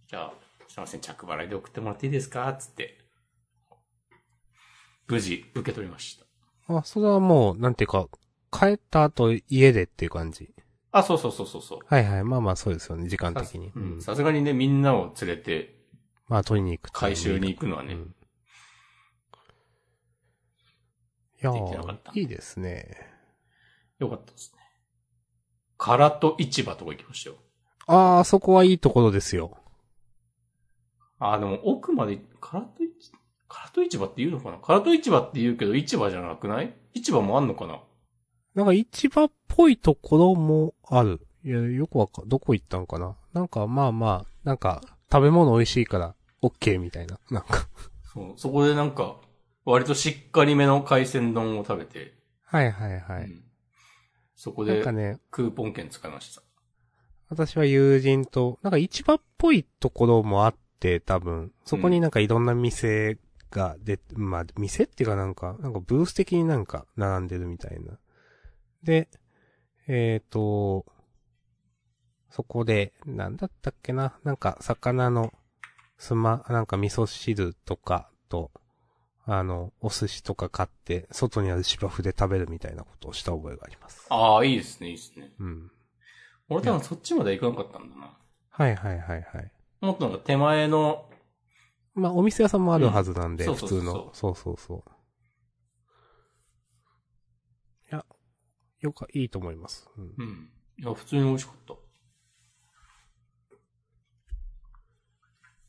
Speaker 2: じゃあ、すいません、着払いで送ってもらっていいですかつって。無事、受け取りました。
Speaker 1: あ、それはもう、なんていうか、帰った後家でっていう感じ。
Speaker 2: あ、そうそうそうそうそう。
Speaker 1: はいはい。まあまあそうですよね、時間
Speaker 2: さ
Speaker 1: 的に。
Speaker 2: う
Speaker 1: うんん。
Speaker 2: さすがにね、みんなを連れて
Speaker 1: まあ取りに行くっていうのもいい
Speaker 2: 回収に行くのは
Speaker 1: か
Speaker 2: ね、
Speaker 1: うんいや
Speaker 2: できなかった
Speaker 1: ーいいですね。
Speaker 2: よかったですね。空と市場とか行きましたよ。
Speaker 1: あー、そこはいいところですよ。
Speaker 2: あ、でも奥まで、空と市、空と市場って言うのかな空と市場って言うけど、市場じゃなくない市場もあんのかな
Speaker 1: なんか市場っぽいところもある。いや、よくわか、どこ行ったんかななんかまあまあ、なんか、食べ物美味しいから、オッケーみたいな。なんか。
Speaker 2: そう、そこでなんか、割としっかりめの海鮮丼を食べて、
Speaker 1: はいはいはい。
Speaker 2: うんそこ
Speaker 1: なん
Speaker 2: で
Speaker 1: かね、
Speaker 2: クーポン券使いました。
Speaker 1: 私は友人と、なんか市場っぽいところもあって、多分、そこになんかいろんな店が出て、まあ、店っていうかなんか、なんかブース的になんか並んでるみたいな。で、えっ、と、そこで、なんだったっけな、なんか魚のすま、なんか味噌汁とかと、あの、お寿司とか買って、外にある芝生で食べるみたいなことをした覚えがあります。
Speaker 2: ああ、いいですね、いいですね。
Speaker 1: うん。
Speaker 2: 俺多分そっちまで行かなかったんだな。
Speaker 1: はいはいはいはい。
Speaker 2: もっとなんか手前の、
Speaker 1: まあ、お店屋さんもあるはずなんで、
Speaker 2: うん
Speaker 1: 普
Speaker 2: そうそう
Speaker 1: 通
Speaker 2: そう
Speaker 1: の。そうそうそう。いや、よか、いいと思います。うん
Speaker 2: うん。いや、普通に美味しかった。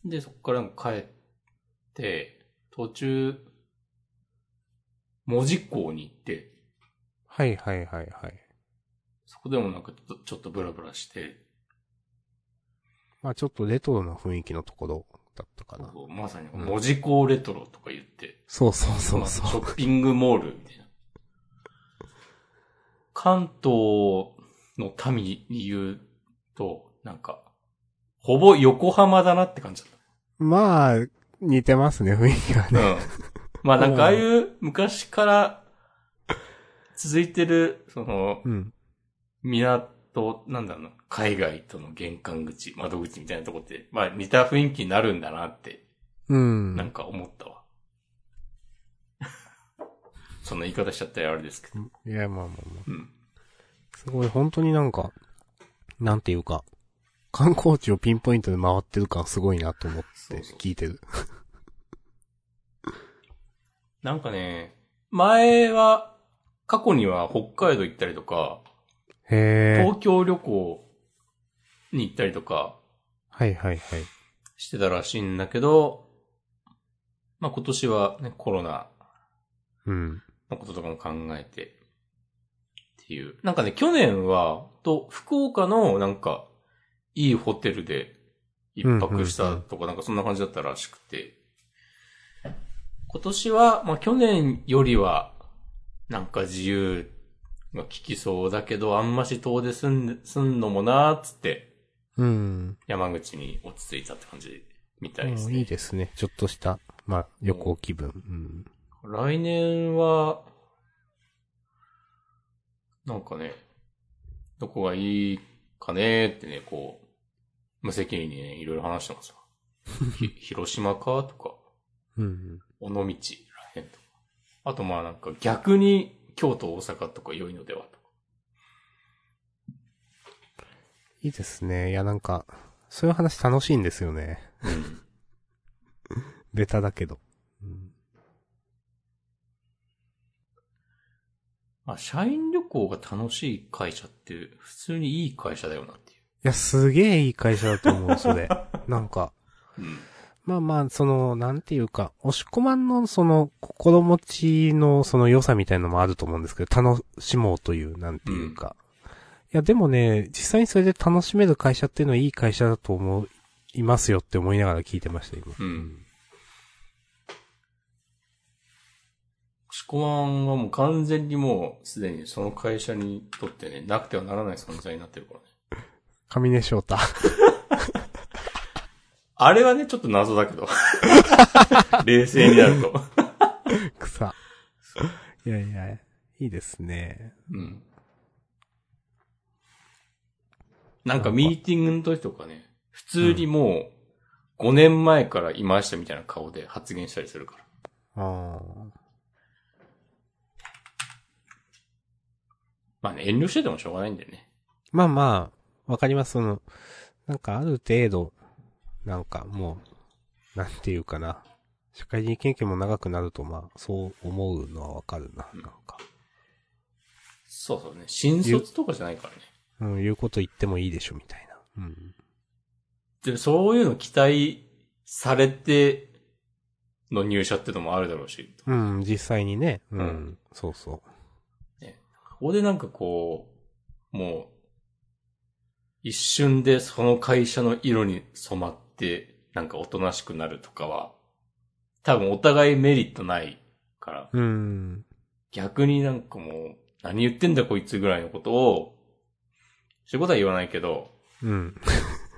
Speaker 2: で、そこからなんか帰って、途中、門司港に行って、
Speaker 1: はいはいはいはい。
Speaker 2: そこでもなんかちょっとちょっとブラブラして、
Speaker 1: まあ、ちょっとレトロな雰囲気のところだったかな。
Speaker 2: まさに門司港レトロとか言って、
Speaker 1: そうそうそう
Speaker 2: まあシ
Speaker 1: そ
Speaker 2: ョ
Speaker 1: う。
Speaker 2: ッピングモールみたいな。関東の民に言うと、なんか、ほぼ横浜だなって感じだっ
Speaker 1: まあ、似てますね、雰囲気は
Speaker 2: た。
Speaker 1: ね。
Speaker 2: うん。まあなんかああいう昔から続いてる、その、
Speaker 1: うん。
Speaker 2: 港、なんだろうな、海外との玄関口、窓口みたいなとこって、まあ似た雰囲気になるんだなって、
Speaker 1: うん。
Speaker 2: なんか思ったわ。 そんな言い方しちゃったらあれですけど。
Speaker 1: いや、まあまあまあ。
Speaker 2: うん。
Speaker 1: すごい、本当になんか、なんていうか、観光地をピンポイントで回ってる感すごいなと思って聞いてる。
Speaker 2: なんかね、前は、過去には北海道行ったりとか、
Speaker 1: へえ。
Speaker 2: 東京旅行に行ったりとか
Speaker 1: はいはいはい。
Speaker 2: してたらしいんだけど、まあ今年はね、コロナ
Speaker 1: うん。
Speaker 2: のこととかも考えて、っていう。なんかね、去年は、と、福岡のなんか、いいホテルで一泊したとか、なんかそんな感じだったらしくて、今年は、まあ去年よりは、なんか自由が効きそうだけど、あんまし遠出すんで、すんのもなーっつって、
Speaker 1: うん。
Speaker 2: 山口に落ち着いたって感じみたいです
Speaker 1: もう
Speaker 2: ね。
Speaker 1: いいですね。ちょっとした、まあ、旅行気分。
Speaker 2: 来年は、なんかね、どこがいいかねーってね、こう、無責任にね、いろいろ話してます よ。ひ広島かとか、
Speaker 1: うん。うん。
Speaker 2: 尾道らへんとか。あとまあなんか逆に京都、大阪とか良いのではとか。
Speaker 1: いいですね。いや、なんか、そういう話楽しいんですよね。ベタだけど。うん
Speaker 2: まあ、社員旅行が楽しい会社って、普通にいい会社だよなってい
Speaker 1: いや、すげえいい会社だと思う、そ れ。なんか、
Speaker 2: う。うん。
Speaker 1: まあまあ、その、なんていうか、押し込まんの、その、心持ちの、その良さみたいのもあると思うんですけど、楽しもうという、なんていうか。いや、でもね、実際にそれで楽しめる会社っていうのはいい会社だと思いますよって思いながら聞いてました、今。
Speaker 2: うん。シコマンはもう完全にもうすでにその会社にとってね、なくてはならない存在になってるからね。
Speaker 1: 上根翔太。
Speaker 2: あれはね、ちょっと謎だけど。 冷静になると。
Speaker 1: 草。いやいや、いいですね。
Speaker 2: うん。なんかミーティングの時とかね、普通にもう5年前からいましたみたいな顔で発言したりするから。
Speaker 1: あ
Speaker 2: まあね、遠慮しててもしょうがないんだよね。
Speaker 1: まあまあ、わかります。その、なんかある程度、なんかもう、なんていうかな。社会人経験も長くなると、まあ、そう思うのはわかるな。なんか、
Speaker 2: そうそうね。新卒とかじゃないからね。
Speaker 1: うん、言うこと言ってもいいでしょ、みたいな。うん。
Speaker 2: で、そういうの期待されての入社ってのもあるだろうし。
Speaker 1: うん、実際にね。うん、
Speaker 2: うん
Speaker 1: そうそ
Speaker 2: ここでなんかこう、もう、一瞬でその会社の色に染まって、なんかおとなしくなるとかは、多分お互いメリットないから、
Speaker 1: う。うん。
Speaker 2: 逆になんかもう、何言ってんだこいつぐらいのことを、そういうことは言わないけど、
Speaker 1: うん。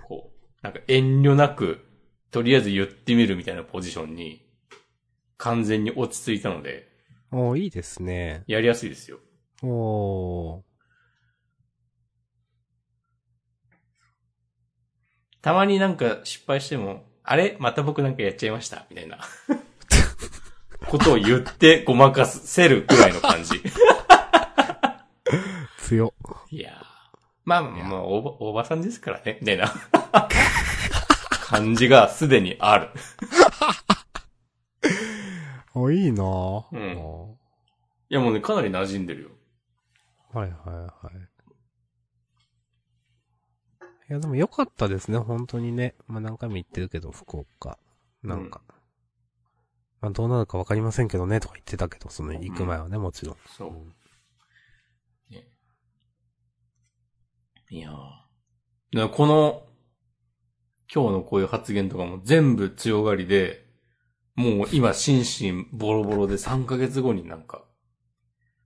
Speaker 2: こう、なんか遠慮なく、とりあえず言ってみるみたいなポジションに、完全に落ち着いたので、
Speaker 1: おーいいですね。
Speaker 2: やりやすいですよ。
Speaker 1: おー。
Speaker 2: たまになんか失敗しても、あれまた僕なんかやっちゃいましたみたいな。 ことを言ってごまかせるくらいの感 じ。
Speaker 1: 強。
Speaker 2: いやー。まあまあまあ、おば、おばさんですからね、みたいな。 感じがすでにある。
Speaker 1: おいいなぁ。
Speaker 2: うん
Speaker 1: お
Speaker 2: いやもうね、かなり馴染んでるよ。
Speaker 1: ーはいはいはい。いや、でも良かったですね、本当にね。まあ、何回も言ってるけど、福岡。なんか。まあ、どうなるかわかりませんけどね、とか言ってたけど、その、行く前はね、もちろん。
Speaker 2: そう。ね、いやーだからこの、今日のこういう発言とかも全部強がりで、もう今心身ボロボロで3ヶ月後になんか、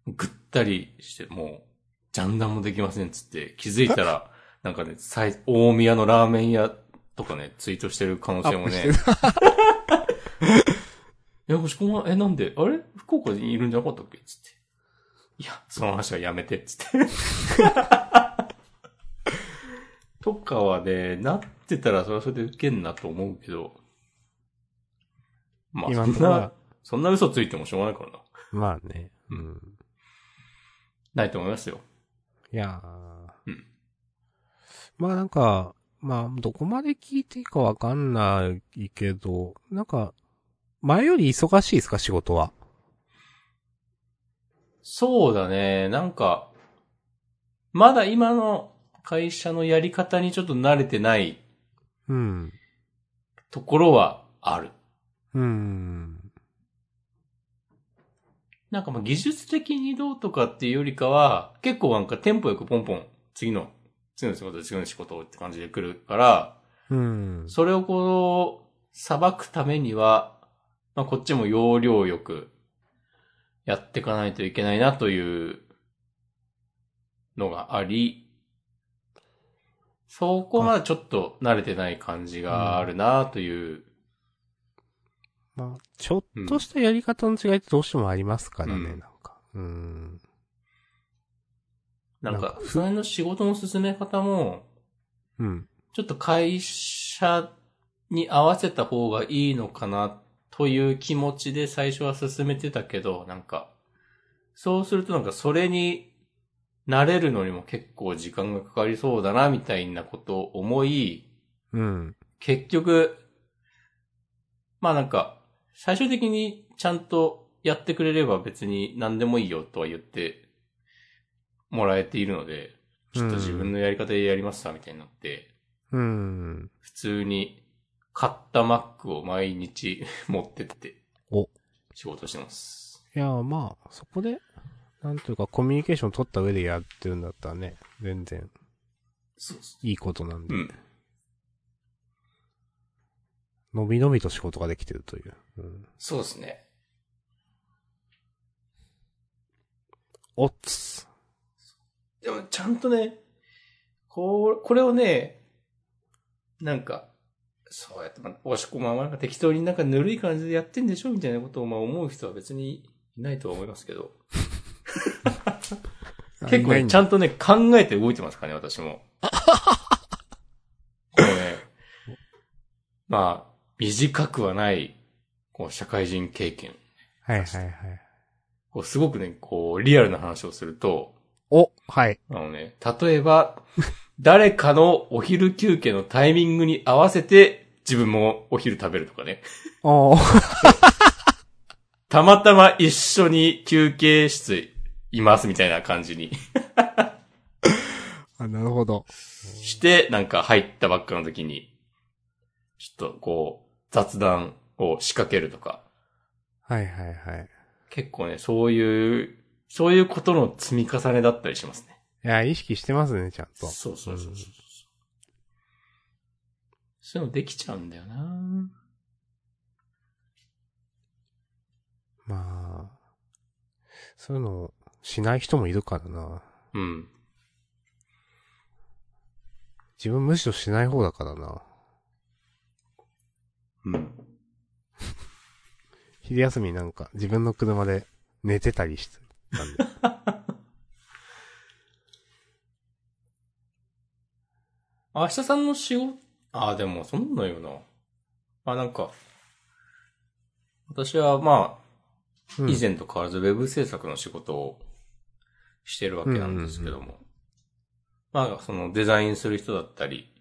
Speaker 2: ぐったりして、もう、ジャンダンもできませんっつって、気づいたら、なんかね、さい大宮のラーメン屋とかね、ツイートしてる可能性もね、 いや、星子まん、え、なんで、あれ福岡にいるんじゃなかったっけつって。いや、その話はやめて、つって。とかはね、なってたらそれはそれでウケんなと思うけど。まあ、
Speaker 1: 今
Speaker 2: そ
Speaker 1: の
Speaker 2: ん
Speaker 1: とこ
Speaker 2: な
Speaker 1: は、
Speaker 2: そんな嘘ついてもしょうがないからな。
Speaker 1: まあね。
Speaker 2: う
Speaker 1: うんん。
Speaker 2: ないと思いますよ。
Speaker 1: いやー
Speaker 2: うん
Speaker 1: まあなんか、まあ、どこまで聞いていいかわかんないけど、なんか、前より忙しいですか、仕事は。
Speaker 2: そうだね、なんか、まだ今の会社のやり方にちょっと慣れてない
Speaker 1: うん。
Speaker 2: ところはある。
Speaker 1: うん。
Speaker 2: なんかまあ技術的にどうとかっていうよりかは、結構なんかテンポよくポンポン、次の、次の仕事、次の仕事って感じで来るから、
Speaker 1: うん。
Speaker 2: それをこう、裁くためには、まあこっちも要領よくやっていかないといけないなというのがあり、そこまでちょっと慣れてない感じがあるなという、
Speaker 1: まあ、ちょっとしたやり方の違いってどうしてもありますからね、
Speaker 2: うん
Speaker 1: なんか。うん。
Speaker 2: なん
Speaker 1: なん
Speaker 2: か、その辺の仕事の進め方も、
Speaker 1: うん。
Speaker 2: ちょっと会社に合わせた方がいいのかなという気持ちで最初は進めてたけど、なんか、そうするとなんかそれに慣れるのにも結構時間がかかりそうだなみたいなことを思い、
Speaker 1: うん。
Speaker 2: 結局、まあなんか、最終的にちゃんとやってくれれば別に何でもいいよとは言ってもらえているので、ちょっと自分のやり方でやりましたみたいになって、
Speaker 1: うん。
Speaker 2: 普通に買った Mac を毎日 持ってって、
Speaker 1: お
Speaker 2: 仕事してます。
Speaker 1: いや、まあ、そこで、なんというか、コミュニケーション取った上でやってるんだったらね、全然
Speaker 2: そうそ
Speaker 1: いいことなんで、
Speaker 2: うん。
Speaker 1: のびのびと仕事ができてるという。うん、
Speaker 2: そうですね。
Speaker 1: おっつ。
Speaker 2: でもちゃんとね、こう、これをね、なんか、そうやって、まあ、おしこまあ、なんか適当になんかぬるい感じでやってんでしょみたいなことをまあ思う人は別にいないとは思いますけど。結構ね、ちゃ
Speaker 1: ん
Speaker 2: んとね、考えて動いてますからね、私も。こうね、まあ、短くはない、こう、社会人経験。
Speaker 1: はいはいはい。
Speaker 2: こう、すごくね、こう、リアルな話をすると、
Speaker 1: お、はい。
Speaker 2: あのね、例えば、 誰かのお昼休憩のタイミングに合わせて、自分もお昼食べるとかね。
Speaker 1: おー
Speaker 2: たまたま一緒に休憩室いますみたいな感じに
Speaker 1: あ、なるほど。
Speaker 2: して、なんか入ったばっかの時に、ちょっとこう、雑談を仕掛けるとか。
Speaker 1: はいはいはい。
Speaker 2: 結構ね、そういう、そういうことの積み重ねだったりしますね。
Speaker 1: いや、意識してますね、ちゃんと。
Speaker 2: そうそうそうそううんそういうのできちゃうんだよな
Speaker 1: まあ、そういうのをしない人もいるからな。
Speaker 2: うん。
Speaker 1: 自分むしろしない方だからな。
Speaker 2: うん。
Speaker 1: 昼休みなんか自分の車で寝てたりしてたんで。
Speaker 2: 明日さんの仕事、ああ、でもそんなよな。まあなんか、私はま
Speaker 1: う
Speaker 2: あ、
Speaker 1: ん
Speaker 2: 以前と変わらずウェブ制作の仕事をしてるわけなんですけども。まあ、そのデザインする人だったり、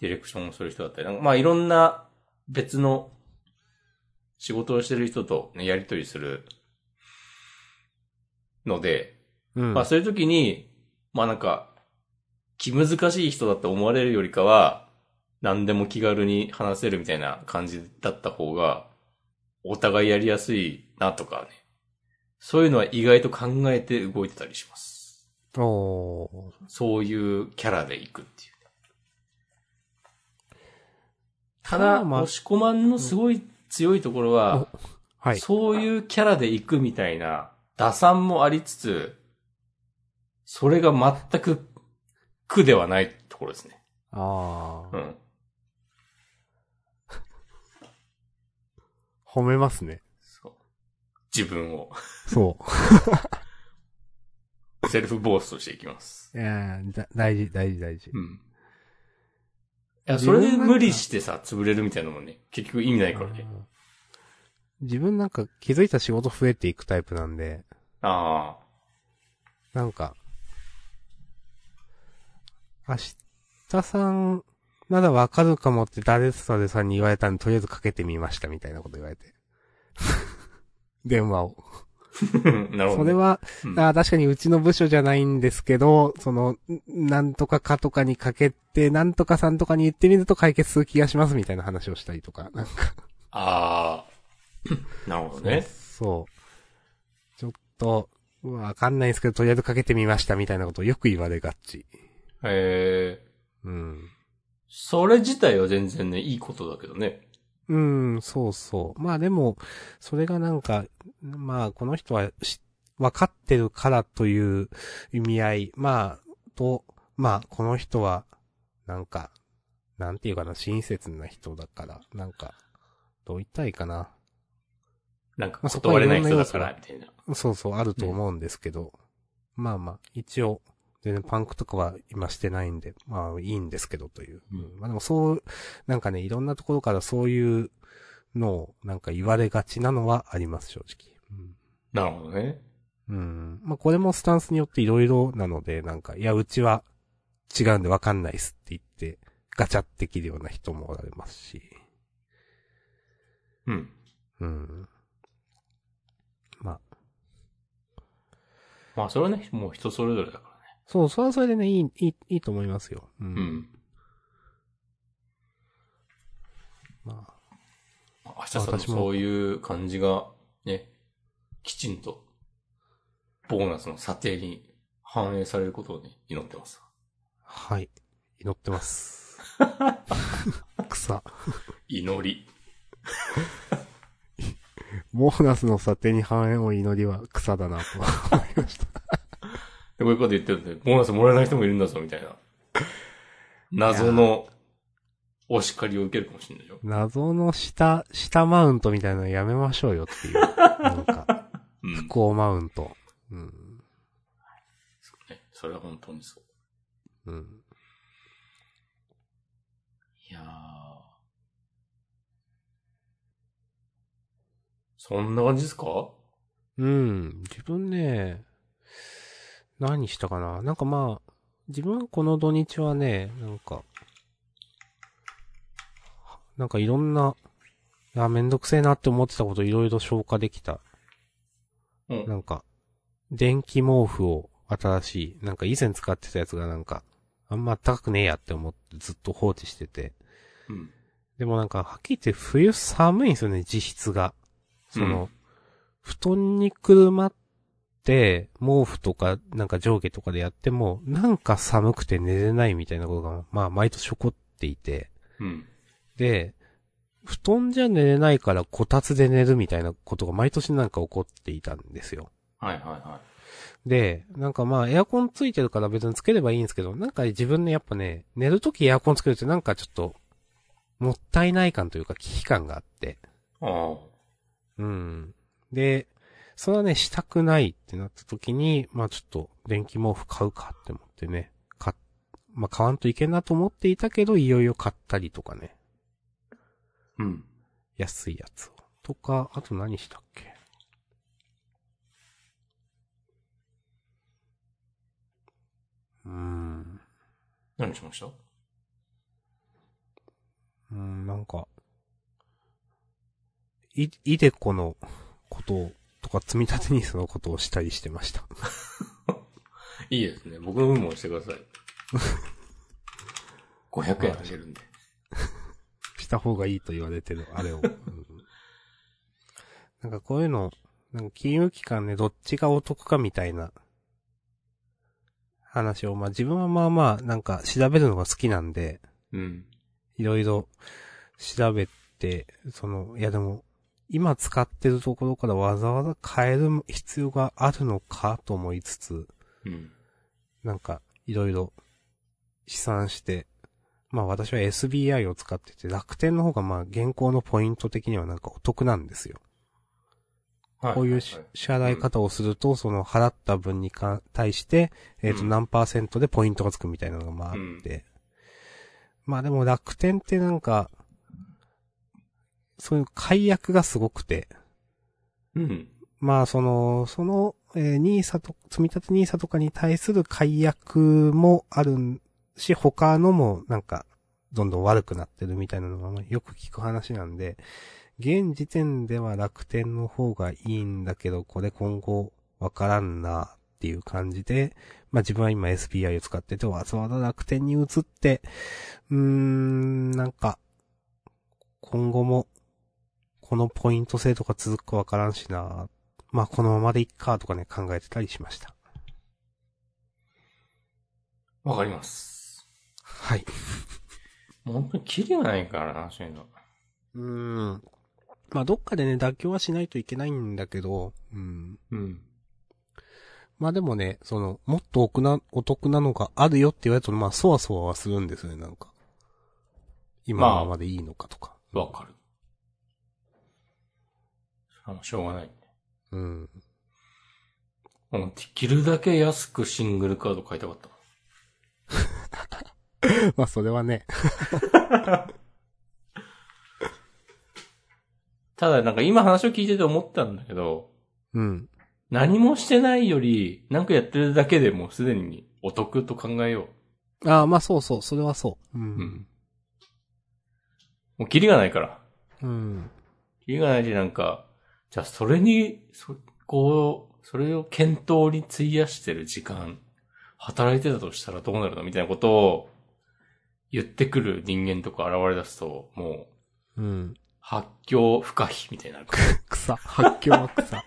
Speaker 2: ディレクションをする人だったり、なんかまあいろんな別の仕事をしてる人と、ね、やりとりするので、
Speaker 1: うん。
Speaker 2: まあそういう時に、まあなんか、気難しい人だって思われるよりかは、何でも気軽に話せるみたいな感じだった方が、お互いやりやすいなとかね。そういうのは意外と考えて動いてたりします。
Speaker 1: おー
Speaker 2: そういうキャラで行くっていう。た
Speaker 1: ま
Speaker 2: だ、
Speaker 1: あまあ
Speaker 2: 押し込まんのすごい強いところは、
Speaker 1: はい。
Speaker 2: そういうキャラで行くみたいな、打算もありつつ、それが全く苦ではないところですね。
Speaker 1: あ
Speaker 2: う
Speaker 1: あ、
Speaker 2: ん。
Speaker 1: 褒めますね。
Speaker 2: そう自分を
Speaker 1: そ
Speaker 2: セルフボースとしていきます。
Speaker 1: う。いやーだ大事、大事、大事。
Speaker 2: うん。いや、
Speaker 1: 自
Speaker 2: それ
Speaker 1: 分
Speaker 2: で
Speaker 1: なんか
Speaker 2: 無理してさ、潰れるみたいなのもね、結局意味ないからね。
Speaker 1: 自分なんか気づいた仕事増えていくタイプなんで、
Speaker 2: あ
Speaker 1: なんか、明日さん、ならわかるかもって誰それさんに言われたんで、とりあえずかけてみましたみたいなこと言われて。 電話を。
Speaker 2: あ。 なるほどね。
Speaker 1: それは、
Speaker 2: うん
Speaker 1: あー確かにうちの部署じゃないんですけど、その、んなんとかかとかにかけて、なんとかさんとかに言ってみると解決する気がしますみたいな話をしたりとか、なんか。
Speaker 2: ああ。なるほどね。
Speaker 1: そう。ちょっと、わかんないんですけど、とりあえずかけてみましたみたいなことをよく言われがち。
Speaker 2: へえ。
Speaker 1: うん。
Speaker 2: それ自体は全然ね、いいことだけどね。
Speaker 1: うん、そうそう。まあでも、それがなんか、まあこの人はし、わかってるからという意味合い、まあ、と、まあこの人は、なんか、なんていうかな、親切な人だから、なんか、どう言ったらいいかな。
Speaker 2: なんか
Speaker 1: まあそこは
Speaker 2: 断
Speaker 1: い
Speaker 2: れ
Speaker 1: ろん
Speaker 2: な
Speaker 1: ない
Speaker 2: 人だか
Speaker 1: 要
Speaker 2: ら、
Speaker 1: 素
Speaker 2: みたいな。
Speaker 1: そうそう、あると思うんですけど。まあまあ、一応、全然パンクとかは今してないんで、まあいいんですけどという。
Speaker 2: うん
Speaker 1: まあでもそう、なんかね、いろんなところからそういうのをなんか言われがちなのはあります、正直。
Speaker 2: なるほどね。
Speaker 1: うん。うんまあこれもスタンスによっていろいろなので、なんか、いや、うちは違うんでわかんないっすって言って、ガチャって切るような人もおられますし。
Speaker 2: うん。
Speaker 1: うん。まあ、
Speaker 2: まあ、それはね、もう人それぞれだか
Speaker 1: そう、それはそれでね、いい、いい、いいと思いますよ。う
Speaker 2: らね。うん。
Speaker 1: まあ、
Speaker 2: まあ明日さんの
Speaker 1: 私も
Speaker 2: そういう感じが、ね、きちんと、ボーナスの査定に反映されることをね、祈ってます。
Speaker 1: はい。祈ってます。草。
Speaker 2: 祈り。
Speaker 1: ボーナスの査定に反映を祈りは草だなと思いました。
Speaker 2: でこういうこと言ってるんで、ボーナスもらえない人もいるんだぞ、みたいな。 謎の、お叱りを受けるかもしれないよ。
Speaker 1: 謎の下、下マウントみたいなのやめましょうよっていう。なんか、
Speaker 2: うん
Speaker 1: 不。幸マウント。うん。
Speaker 2: そうね。それは本当にそう。
Speaker 1: うん。
Speaker 2: いやーそんな感じですか
Speaker 1: うん。自分ね、何したかななんかまあ、自分はこの土日はね、なんか、なんかいろんな、いや、めんどくせえなって思ってたこといろいろ消化できた
Speaker 2: う。
Speaker 1: なんんか、電気毛布を新しい、なんか以前使ってたやつがなんか、あんま高くねえやって思ってずっと放置してて。
Speaker 2: うん。
Speaker 1: でもなんか、はっきり言って冬寒いんですよね、実質が。その、
Speaker 2: うん
Speaker 1: 布団にくるまって、毛布とか、なんか上下とかでやっても、なんか寒くて寝れないみたいなことが、まあ毎年起こっていて。
Speaker 2: うん。
Speaker 1: で、布団じゃ寝れないからこたつで寝るみたいなことが毎年なんか起こっていたんですよ。
Speaker 2: はいはいは
Speaker 1: で、なんかまあエアコンついてるから別につければいいんですけど、なんか自分ね、やっぱね、寝るときエアコンつけるってなんかちょっと、もったいない感というか危機感があって。
Speaker 2: い。ああ。
Speaker 1: うん。で、それはね、したくないってなったときに、まあちょっと電気毛布買うかって思ってね、買っ、まあ買わんといけんなと思っていたけど、いよいよ買ったりとかね、
Speaker 2: うん。
Speaker 1: 安いやつを。とか、あと何したっけうーん。
Speaker 2: 何しました
Speaker 1: うん、なんか、い、いでこのことを、とか、積み立てニースのことをしたりしてました。
Speaker 2: いいですね。僕の分も押してくださ い。500円あげるんで。
Speaker 1: した方がいいと言われてる、あれを。うんなんかこういうの、なんか金融機関ね、どっちがお得かみたいな話を、まあ自分はまあまあ、なんか調べるのが好きなんで、
Speaker 2: うん。
Speaker 1: いろいろ調べて、その、いやでも、今使ってるところからわざわざ変える必要があるのかと思いつつ、
Speaker 2: うん。
Speaker 1: なんか、いろいろ試算して、まあ私は SBI を使ってて、楽天の方がまあ現行のポイント的にはなんかお得なんですよ。
Speaker 2: は
Speaker 1: こういうし
Speaker 2: は
Speaker 1: 支払い方をすると、その払った分にか対して、えっと
Speaker 2: うん
Speaker 1: 何パーセントでポイントがつくみたいなのがまああって。まあでも楽天ってなんか、そういう解約がすごくて、
Speaker 2: うん。
Speaker 1: まあ、その、その、えー、ニーサと、積み立てニーサとかに対する解約もあるんし、他のもなんか、どんどん悪くなってるみたいなのがまあよく聞く話なんで、現時点では楽天の方がいいんだけど、これ今後わからんなっていう感じで、まあ自分は今 SPI を使ってて、わざわざ楽天に移って、うーん、なんか、今後も、このポイント制とか続くかわからんしなまあこのままでいっかとかね、考えてたりしました。
Speaker 2: わかります。
Speaker 1: はい。
Speaker 2: もう本当にキリがないからな、そういうの。
Speaker 1: うん。まあ、どっかでね、妥協はしないといけないんだけど、うん。
Speaker 2: うん。
Speaker 1: まあでもね、その、もっとお得な、お得なのがあるよって言われると、まあ、そわそわはするんですよね、なんか。今のままでいいのかとか。
Speaker 2: わかる。あの、しょうがない。
Speaker 1: うん。
Speaker 2: もうできるだけ安くシングルカード買いたかった。
Speaker 1: まあ、それはね。
Speaker 2: ただなんか今話を聞いてて思ったんだけど、
Speaker 1: うん。
Speaker 2: 何もしてないより、なんかやってるだけでもうすでにお得と考えよ
Speaker 1: ああ、まあ、そうそう、それはそう。う。
Speaker 2: う。うんん。もうキリがないから。
Speaker 1: うん。
Speaker 2: キリがないしなんか、じゃあそれに、そ、こう、それを検討に費やしてる時間、働いてたとしたらどうなるのみたいなことを言ってくる人間とか現れ出すと、もう、
Speaker 1: うん。
Speaker 2: 発狂不可避みたいになるから。
Speaker 1: 草。発狂は 草。い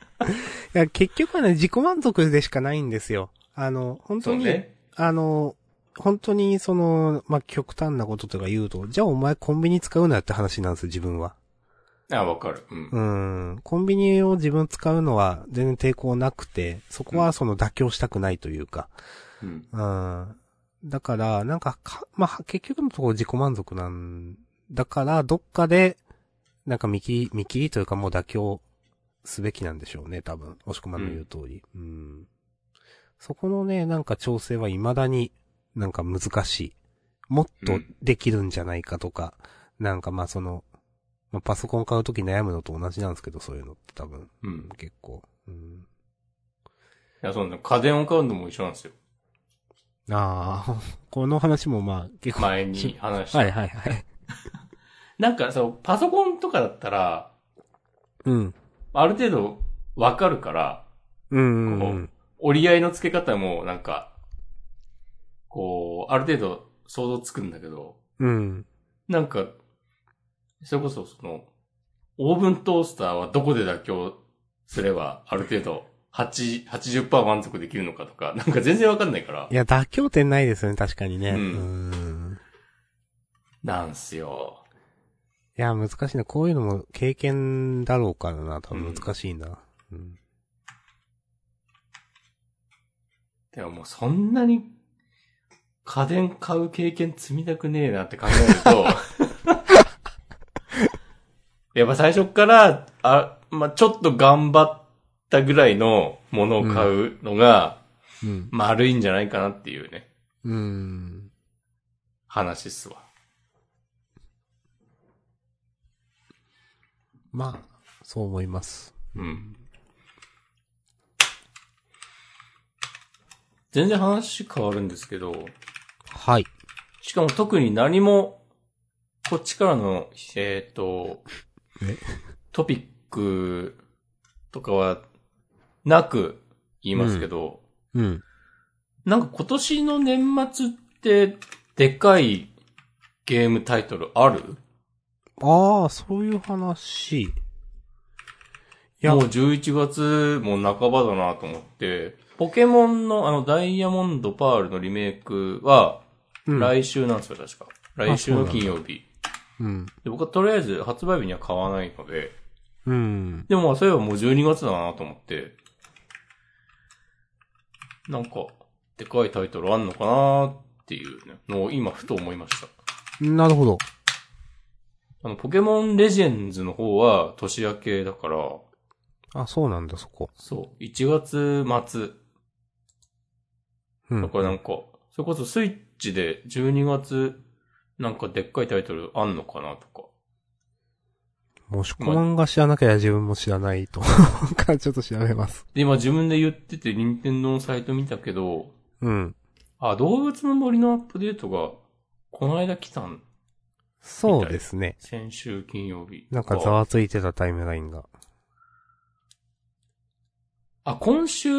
Speaker 1: や、結局はね、自己満足でしかないんですよ。あの、本当に、あの、本当に、その、まあ、極端なこととか言うと、じゃあお前コンビニ使うなよって話なんですよ、自分は。
Speaker 2: あ、わかる。うん。
Speaker 1: うん。コンビニを自分使うのは全然抵抗なくて、そこはその妥協したくないというか。
Speaker 2: うん。
Speaker 1: うん。だから、なんかか、まあ、結局のところ自己満足なんだから、どっかで、なんか見切り、見切りというかもう妥協すべきなんでしょうね、多分。押し込まんの言う通り。うん。そこのね、なんか調整は未だになんか難しい。もっとできるんじゃないかとか、なんかまあその、まあ、パソコン買うとき悩むのと同じなんですけど、そういうのって多分、
Speaker 2: うん。
Speaker 1: 結構。うん。
Speaker 2: いや、そうなんだ家電を買うのも一緒なんですよ。
Speaker 1: ああ、この話もまあ結構。
Speaker 2: 前に話した。
Speaker 1: はいはいはい。
Speaker 2: なんかそう、パソコンとかだったら、
Speaker 1: うん。
Speaker 2: ある程度わかるから、
Speaker 1: うんう
Speaker 2: こ
Speaker 1: ん
Speaker 2: う、折り合いの付け方もなんか、こう、ある程度想像つくんだけど、
Speaker 1: うん。うん。
Speaker 2: なんか、それこそその、オーブントースターはどこで妥協すれば、ある程度、8、80%満足できるのかとか、なんか全然わかんないから
Speaker 1: い。や、妥協点ないですよね、確かにね。う
Speaker 2: うん
Speaker 1: ん。
Speaker 2: なんすよ。
Speaker 1: いや、難しいな。こういうのも経験だろうからな、多分難しいな。うん。
Speaker 2: でももうそんなに家電買う経験積みたくねえなって考える と、やっぱ最初っから、あ、まあ、ちょっと頑張ったぐらいのものを買うのが、
Speaker 1: うん。
Speaker 2: まあ、悪いんじゃないかなっていうね、
Speaker 1: うん。
Speaker 2: 話っすわ。
Speaker 1: まあ、そう思います。
Speaker 2: うん。全然話変わるんですけど、
Speaker 1: はい。
Speaker 2: しかも特に何も、こっちからの、えっ、と
Speaker 1: え、
Speaker 2: トピックとかはなく言いますけど、
Speaker 1: うん。
Speaker 2: なんか今年の年末ってでかいゲームタイトルある
Speaker 1: ああ、そういう話。いや、
Speaker 2: もう11月も半ばだなと思って、ポケモンのあのダイヤモンドパールのリメイクは
Speaker 1: うん、
Speaker 2: 来週なんですよ、確か。来週の金曜日。
Speaker 1: うん。
Speaker 2: で僕はとりあえず発売日には買わないので、
Speaker 1: うん。
Speaker 2: でもまあそういえばもう12月だなと思って、なんか、でかいタイトルあんのかなっていうねのを今ふと思いました。
Speaker 1: なるほど。
Speaker 2: あの、ポケモンレジェンズの方は年明けだから、
Speaker 1: あ、そうなんだ、そこ。
Speaker 2: そう、1月末。
Speaker 1: うん。
Speaker 2: だからなんか、それこそスイッチで12月、なんかでっかいタイトルあんのかなとか。
Speaker 1: もしこまんが知らなきゃ自分も知らない と。からちょっと調べます。
Speaker 2: で、今自分で言ってて、任天堂のサイト見たけど、
Speaker 1: うん。
Speaker 2: あ、動物の森のアップデートが、この間来たん
Speaker 1: そうですね。
Speaker 2: 先週金曜日。
Speaker 1: なんかざわついてたタイムラインが。
Speaker 2: あ、今週、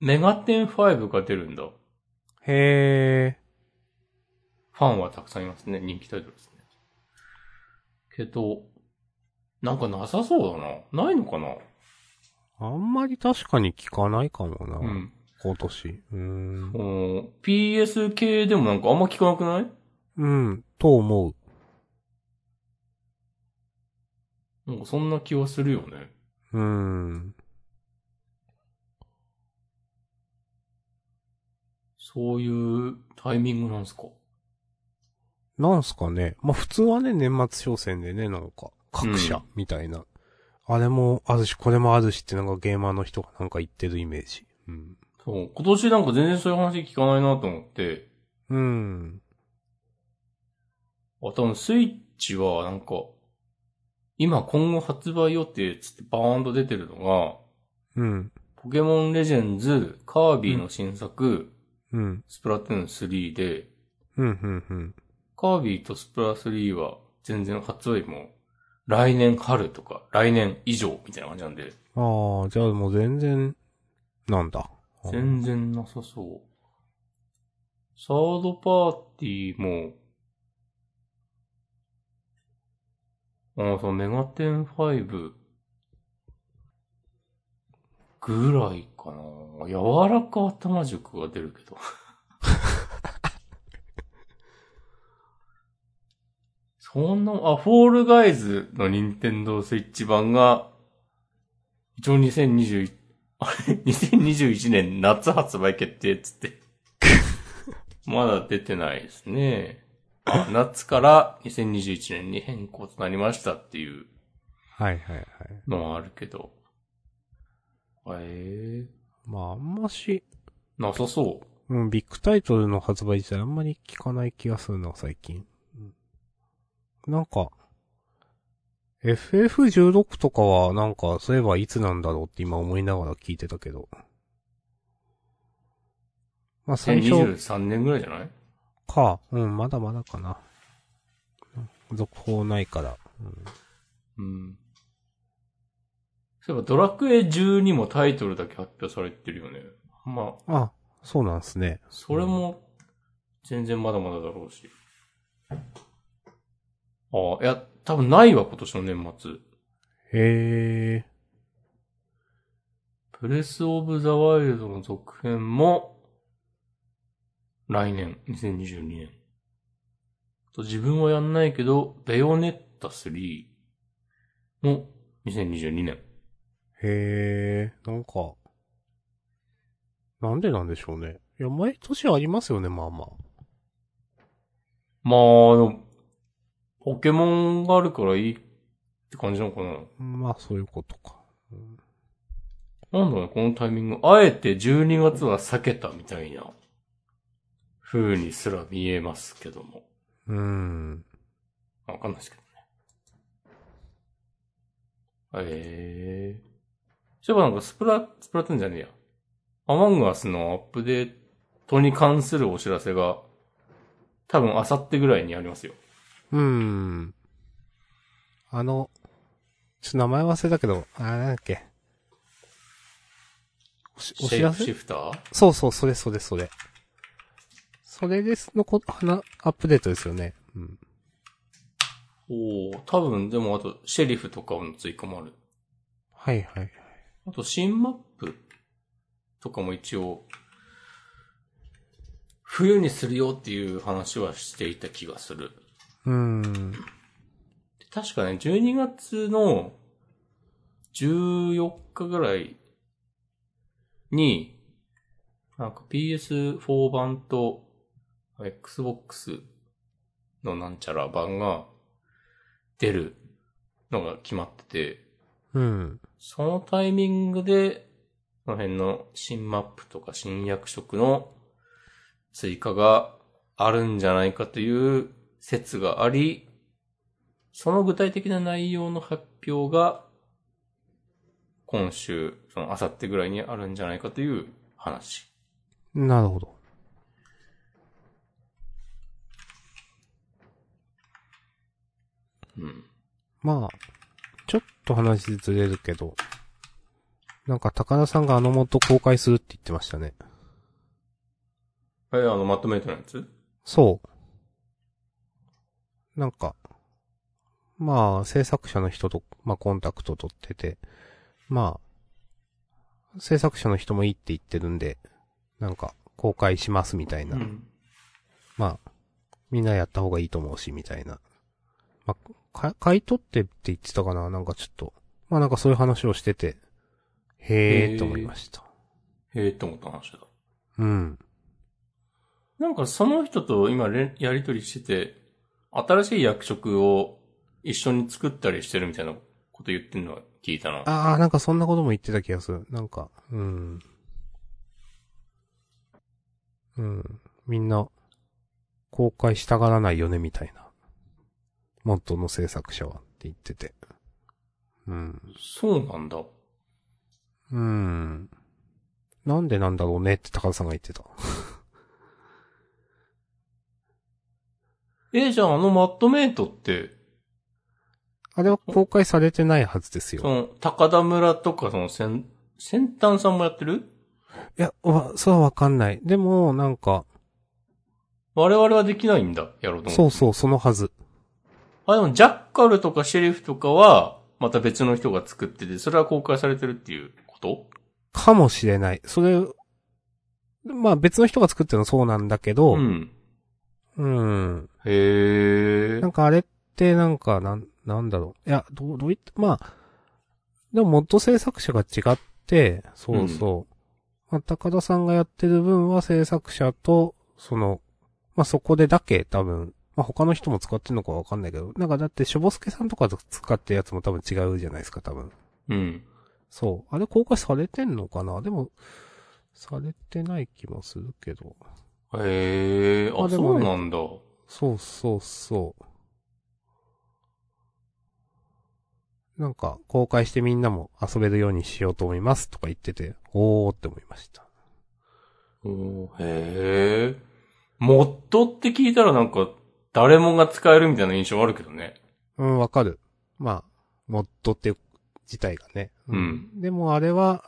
Speaker 2: メガテン5が出るんだ。
Speaker 1: へ
Speaker 2: ファンはたくさんいますね。人気タイトルですね。けど、なんかなさそうだな。ないのかな
Speaker 1: ー。あんまり確かに聞かないかもな。
Speaker 2: うん。
Speaker 1: 今年。うーん。
Speaker 2: この PS 系でもなんかあんま聞かなくない
Speaker 1: うん。と思う。
Speaker 2: なんかそんな気はするよね。
Speaker 1: うん。
Speaker 2: そういうタイミングなんすか。
Speaker 1: なんすかね。まあ、普通はね、年末商戦でね、なんか、各
Speaker 2: う
Speaker 1: 社
Speaker 2: ん、
Speaker 1: みたいな。あれも、あるし、これもあるしってなんかゲーマーの人がなんか言ってるイメージ。うん。
Speaker 2: そう、今年なんか全然そういう話聞かないなと思って、
Speaker 1: うん。
Speaker 2: あ、多分スイッチはなんか、今今後発売予定っつってバーンと出てるのが、
Speaker 1: うん。
Speaker 2: ポケモンレジェンズ、カービィの新作、
Speaker 1: うん。
Speaker 2: スプラトゥーン3で、
Speaker 1: うん。うん。うん。
Speaker 2: カービィとスプラ3は全然発売も来年春とか来年以上みたいな感じなんで、
Speaker 1: ああ、じゃあもう全然、なんだ。
Speaker 2: 全然なさそう。サードパーティーも、ああ、そう、メガテン5ぐらいかな。柔らか頭塾が出るけど。 そんな、あ、フォールガイズの任天堂スイッチ版が、一応2021、あれ ?2021 年夏発売決定っつって。 まだ出てないですね。あ夏から2021年に変更となりましたっていう
Speaker 1: はいはいはい。
Speaker 2: のはあるけど。ええ
Speaker 1: まあ、あんまし、
Speaker 2: なさそう。
Speaker 1: うん、ビッグタイトルの発売自体あんまり聞かない気がするな、最近。なんか、FF16 とかはなんか、そういえばいつなんだろうって今思いながら聞いてたけど。まあ最初
Speaker 2: 2023年ぐらいじゃない
Speaker 1: か、うん、まだまだかな。続報ないから。うん
Speaker 2: うん。そういえばドラクエ12もタイトルだけ発表されてるよね。まあ、
Speaker 1: あ、そうなんすね。
Speaker 2: それも、全然まだまだだろうし。ああ、いや、多分ないわ、今年の年末。
Speaker 1: へえ。
Speaker 2: プレスオブザワイルドの続編も、来年、2022年。と、自分はやんないけど、ベヨネッタ3も、2022年。
Speaker 1: へえ、なんか、なんでなんでしょうね。いや、毎年ありますよね、まあまあ。
Speaker 2: まあ、あの、ポケモンがあるからいいって感じなのかな。
Speaker 1: まあ、そういうことか。
Speaker 2: なんだろうね、このタイミング。あえて12月は避けたみたいな、風にすら見えますけども。
Speaker 1: うーん。
Speaker 2: わかんないですけどね。ええそういえばなんかスプラ、スプラトゥーンじゃねえや。アマングアスのアップデートに関するお知らせが、多分あさってぐらいにありますよ。
Speaker 1: うーん。あの、ちょっと名前忘れたけど、あれなんだっけ。おし、お知ら
Speaker 2: シェイプシ
Speaker 1: せ
Speaker 2: フター
Speaker 1: そうそう、それそれそれ。それです、のこ、な、アップデートですよね。うん。
Speaker 2: おお多分でもあと、シェリフとかの追加もある。
Speaker 1: はいはい。
Speaker 2: あと、新マップとかも一応、冬にするよっていう話はしていた気がする。
Speaker 1: うーん。
Speaker 2: で確かね、12月の14日ぐらいに、なんか PS4 版と Xbox のなんちゃら版が出るのが決まってて、
Speaker 1: うん。
Speaker 2: そのタイミングで、この辺の新マップとか新役職の追加があるんじゃないかという説があり、その具体的な内容の発表が、今週、その、あさってぐらいにあるんじゃないかという話。
Speaker 1: なるほど。
Speaker 2: うん。
Speaker 1: まあ、ちょっと話ずれるけど、なんか高田さんがあのモッド公開するって言ってましたね。
Speaker 2: え、あの、まとめてのやつ
Speaker 1: そう。なんか、まあ、制作者の人と、まあ、コンタクト取ってて、まあ、制作者の人もいいって言ってるんで、なんか、公開しますみたいな。
Speaker 2: うん。
Speaker 1: まあ、みんなやった方がいいと思うし、みたいな。まあ、か、買い取ってって言ってたかななんかちょっと。まあなんかそういう話をしてて、へ
Speaker 2: へ
Speaker 1: え
Speaker 2: ー
Speaker 1: ーと思いました。
Speaker 2: へえって思った話だ。
Speaker 1: うん。
Speaker 2: なんかその人と今れんやりとりしてて、新しい役職を一緒に作ったりしてるみたいなこと言ってるのは聞いたな。
Speaker 1: ああ、なんかそんなことも言ってた気がする。なんか、うん。うん。みんな、公開したがらないよね、みたいな。元の制作者はって言ってて。うん。
Speaker 2: そうなんだ。
Speaker 1: うん。なんでなんだろうねって高田さんが言ってた。
Speaker 2: え、じゃああのマットメイトって、
Speaker 1: あれは公開されてないはずです
Speaker 2: そ
Speaker 1: よ。
Speaker 2: の、高田村とかその先、先端さんもやってる
Speaker 1: いや、わ、そうはわかんない。でも、なんか、
Speaker 2: 我々はできないんだ、やろうと思って。
Speaker 1: そうそう、そのはず。
Speaker 2: あ、でも、ジャッカルとかシェリフとかは、また別の人が作ってて、それは公開されてるっていうこと
Speaker 1: かもしれない。それ、まあ別の人が作ってるのはそうなんだけど、
Speaker 2: ん。
Speaker 1: うん。
Speaker 2: へえ
Speaker 1: な。んかあれってなんか、なん、なんだろう。いや、どう、どういった、まあ、でも元制作者が違って、そうそう。まあ、高田さんがやってる分は制作者と、その、まあそこでだけ多分、まあ他の人も使ってるのかわかんないけど、なんかだってしょぼすけさんとか使ってるやつも多分違うじゃないですか、多分。
Speaker 2: うん。
Speaker 1: そう。あれ公開されてんのかなでも、されてない気もするけど。
Speaker 2: へえ。あ、
Speaker 1: あで
Speaker 2: そ
Speaker 1: も
Speaker 2: う
Speaker 1: ね
Speaker 2: なんだ。
Speaker 1: そうそうそう。なんか、公開してみんなも遊べるようにしようと思いますとか言ってて、おーって思いました。
Speaker 2: おーへえ。モッドって聞いたらなんか、誰もが使えるみたいな印象あるけどね。
Speaker 1: うん、わかる。まあ、モッドって自体がね。
Speaker 2: うん
Speaker 1: でもあれは、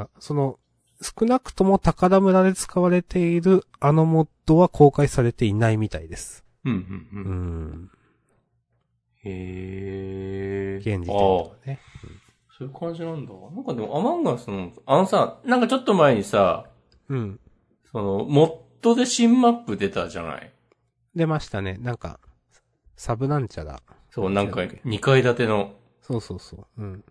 Speaker 1: あーその、少なくとも高田村で使われているあのモッドは公開されていないみたいです。
Speaker 2: うん、うん、
Speaker 1: う
Speaker 2: うん。
Speaker 1: ん。
Speaker 2: へえ。
Speaker 1: 現時点で
Speaker 2: あ
Speaker 1: はね。
Speaker 2: あ、そういう感じなんだ。なんかでも、アマンガスの、あのさ、なんかちょっと前にさ、
Speaker 1: うん。
Speaker 2: その、モッドで新マップ出たじゃない
Speaker 1: 出ましたね。なんか、サブなんちゃら。
Speaker 2: そう、なんか
Speaker 1: なんだっけ
Speaker 2: 2階建ての。
Speaker 1: そうそうそう。うん。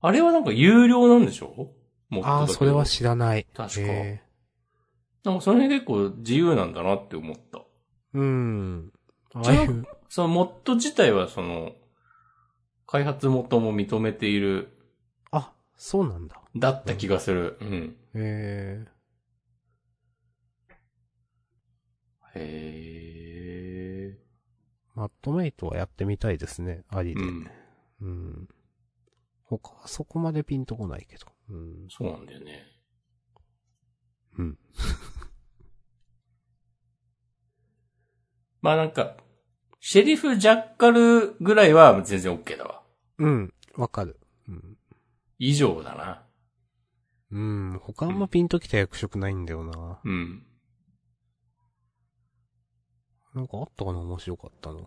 Speaker 2: あれはなんか有料なんでしょもっとだ
Speaker 1: ああ、
Speaker 2: けど
Speaker 1: それは知らない。
Speaker 2: 確か
Speaker 1: へ
Speaker 2: なんかその辺結構自由なんだなって思った。
Speaker 1: ーうん。あ
Speaker 2: じゃあそのモッド自体はその、開発元も認めている、
Speaker 1: あ、そうなんだ。
Speaker 2: だった気がする。うん。
Speaker 1: へえ。
Speaker 2: へえ。
Speaker 1: マットメイトはやってみたいですね。あり
Speaker 2: う
Speaker 1: で。
Speaker 2: ん。
Speaker 1: うん。他はそこまでピンとこないけど。うん。
Speaker 2: そうなんだよね。
Speaker 1: うん。
Speaker 2: まあなんか、シェリフ・ジャッカルぐらいは全然 OK だわ。
Speaker 1: うん。わかる。うん。
Speaker 2: 以上だな。
Speaker 1: うん。他あんまピンときた役職ないんだよな。
Speaker 2: うん。
Speaker 1: なんかあったかな面白かったの。い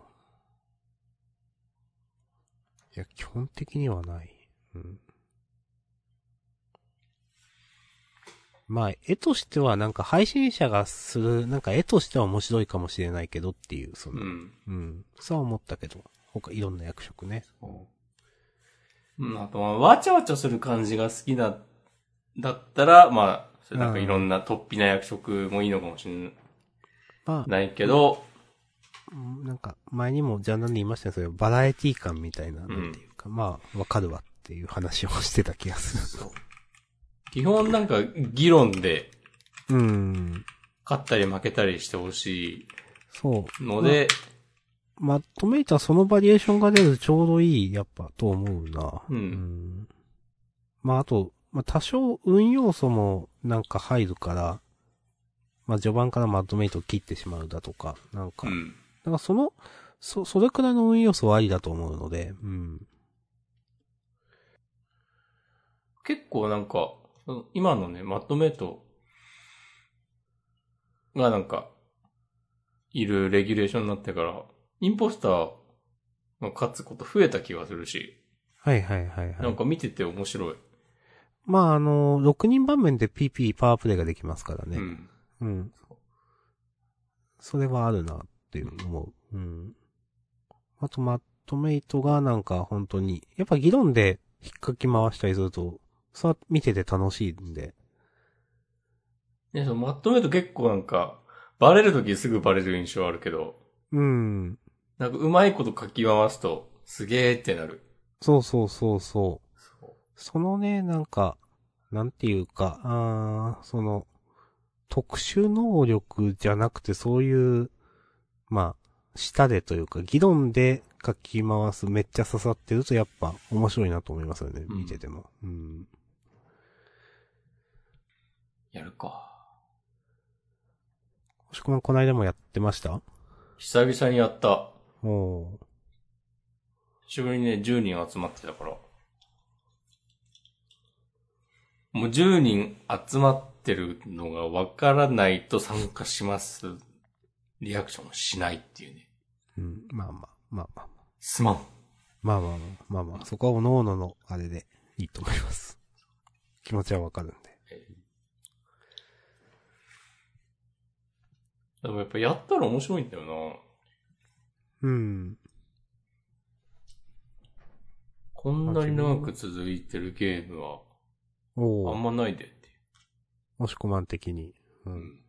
Speaker 1: や、基本的にはない。うん。まあ、絵としてはなんか配信者がする、なんか絵としては面白いかもしれないけどっていう、そうの、うん、
Speaker 2: ん。
Speaker 1: そうは思ったけど、他いろんな役職ね。
Speaker 2: うん、あと、まあ、わちゃわちゃする感じが好きだ、だったら、まあ、それなんかいろんな突飛な役職もいいのかもしれ
Speaker 1: まあ、
Speaker 2: ないけど、
Speaker 1: うんなんか前にもジャンルに言いましたね、それバラエティ感みたいな、
Speaker 2: ん
Speaker 1: なんていうか、まあ、わかるわっていう話をしてた気がする。
Speaker 2: 基本なんか議論で
Speaker 1: うん。
Speaker 2: 勝ったり負けたりしてほし
Speaker 1: そう。
Speaker 2: いので、
Speaker 1: マットメイトはそのバリエーションが出るちょうどいい、やっぱ、と思うな。
Speaker 2: うん
Speaker 1: んまあ、あと、まあ、多少運要素もなんか入るから、まあ、序盤からマットメイトを切ってしまうだとか、なんか、
Speaker 2: う
Speaker 1: だ
Speaker 2: ん。
Speaker 1: からその、そ、それくらいの運要素はありだと思うので、うん。
Speaker 2: 結構なんか、その今のね、マットメイトがなんか、いるレギュレーションになってから、インポスターが勝つこと増えた気がするし、
Speaker 1: はいはいはいは
Speaker 2: なん
Speaker 1: い。
Speaker 2: か見てて面白い。
Speaker 1: まあ、あの、6人盤面で PP パワープレイができますからね。
Speaker 2: うん。
Speaker 1: うん。それはあるなっていう思う。うん。あと、マットメイトがなんか本当に、やっぱ議論で引っかき回したりすると、さ、見てて楽しいんで。
Speaker 2: ね、そのまとめると結構なんか、バレるときすぐバレる印象あるけど、
Speaker 1: うん。
Speaker 2: なんかうまいこと書き回すと、すげーってなる。
Speaker 1: そうそうそうそう。
Speaker 2: そ
Speaker 1: そのね、なんか、なんていうか、あーその、特殊能力じゃなくて、そういう、まあ、下でというか、議論で書き回す、めっちゃ刺さってると、やっぱ面白いなと思いますよね、
Speaker 2: うん
Speaker 1: 見てても。うん。
Speaker 2: うやるか。
Speaker 1: 星子もこの間もやってました
Speaker 2: 久々にやった。
Speaker 1: おー
Speaker 2: 久しぶりにね、10人集まってたから。もう10人集まってるのがわからないと参加します。リアクションをしないっていうね。
Speaker 1: うん、まあまあ、まあまあ。
Speaker 2: すまん。
Speaker 1: まあまあまあ、まあまあ、そこはおのおののあれでいいと思います。気持ちはわかるんで。
Speaker 2: でもやっぱやったら面白いんだよな。
Speaker 1: うん。
Speaker 2: こんなに長く続いてるゲームは
Speaker 1: おー
Speaker 2: あんまないでっていう。
Speaker 1: 押し込まん的に。う。
Speaker 2: うんん。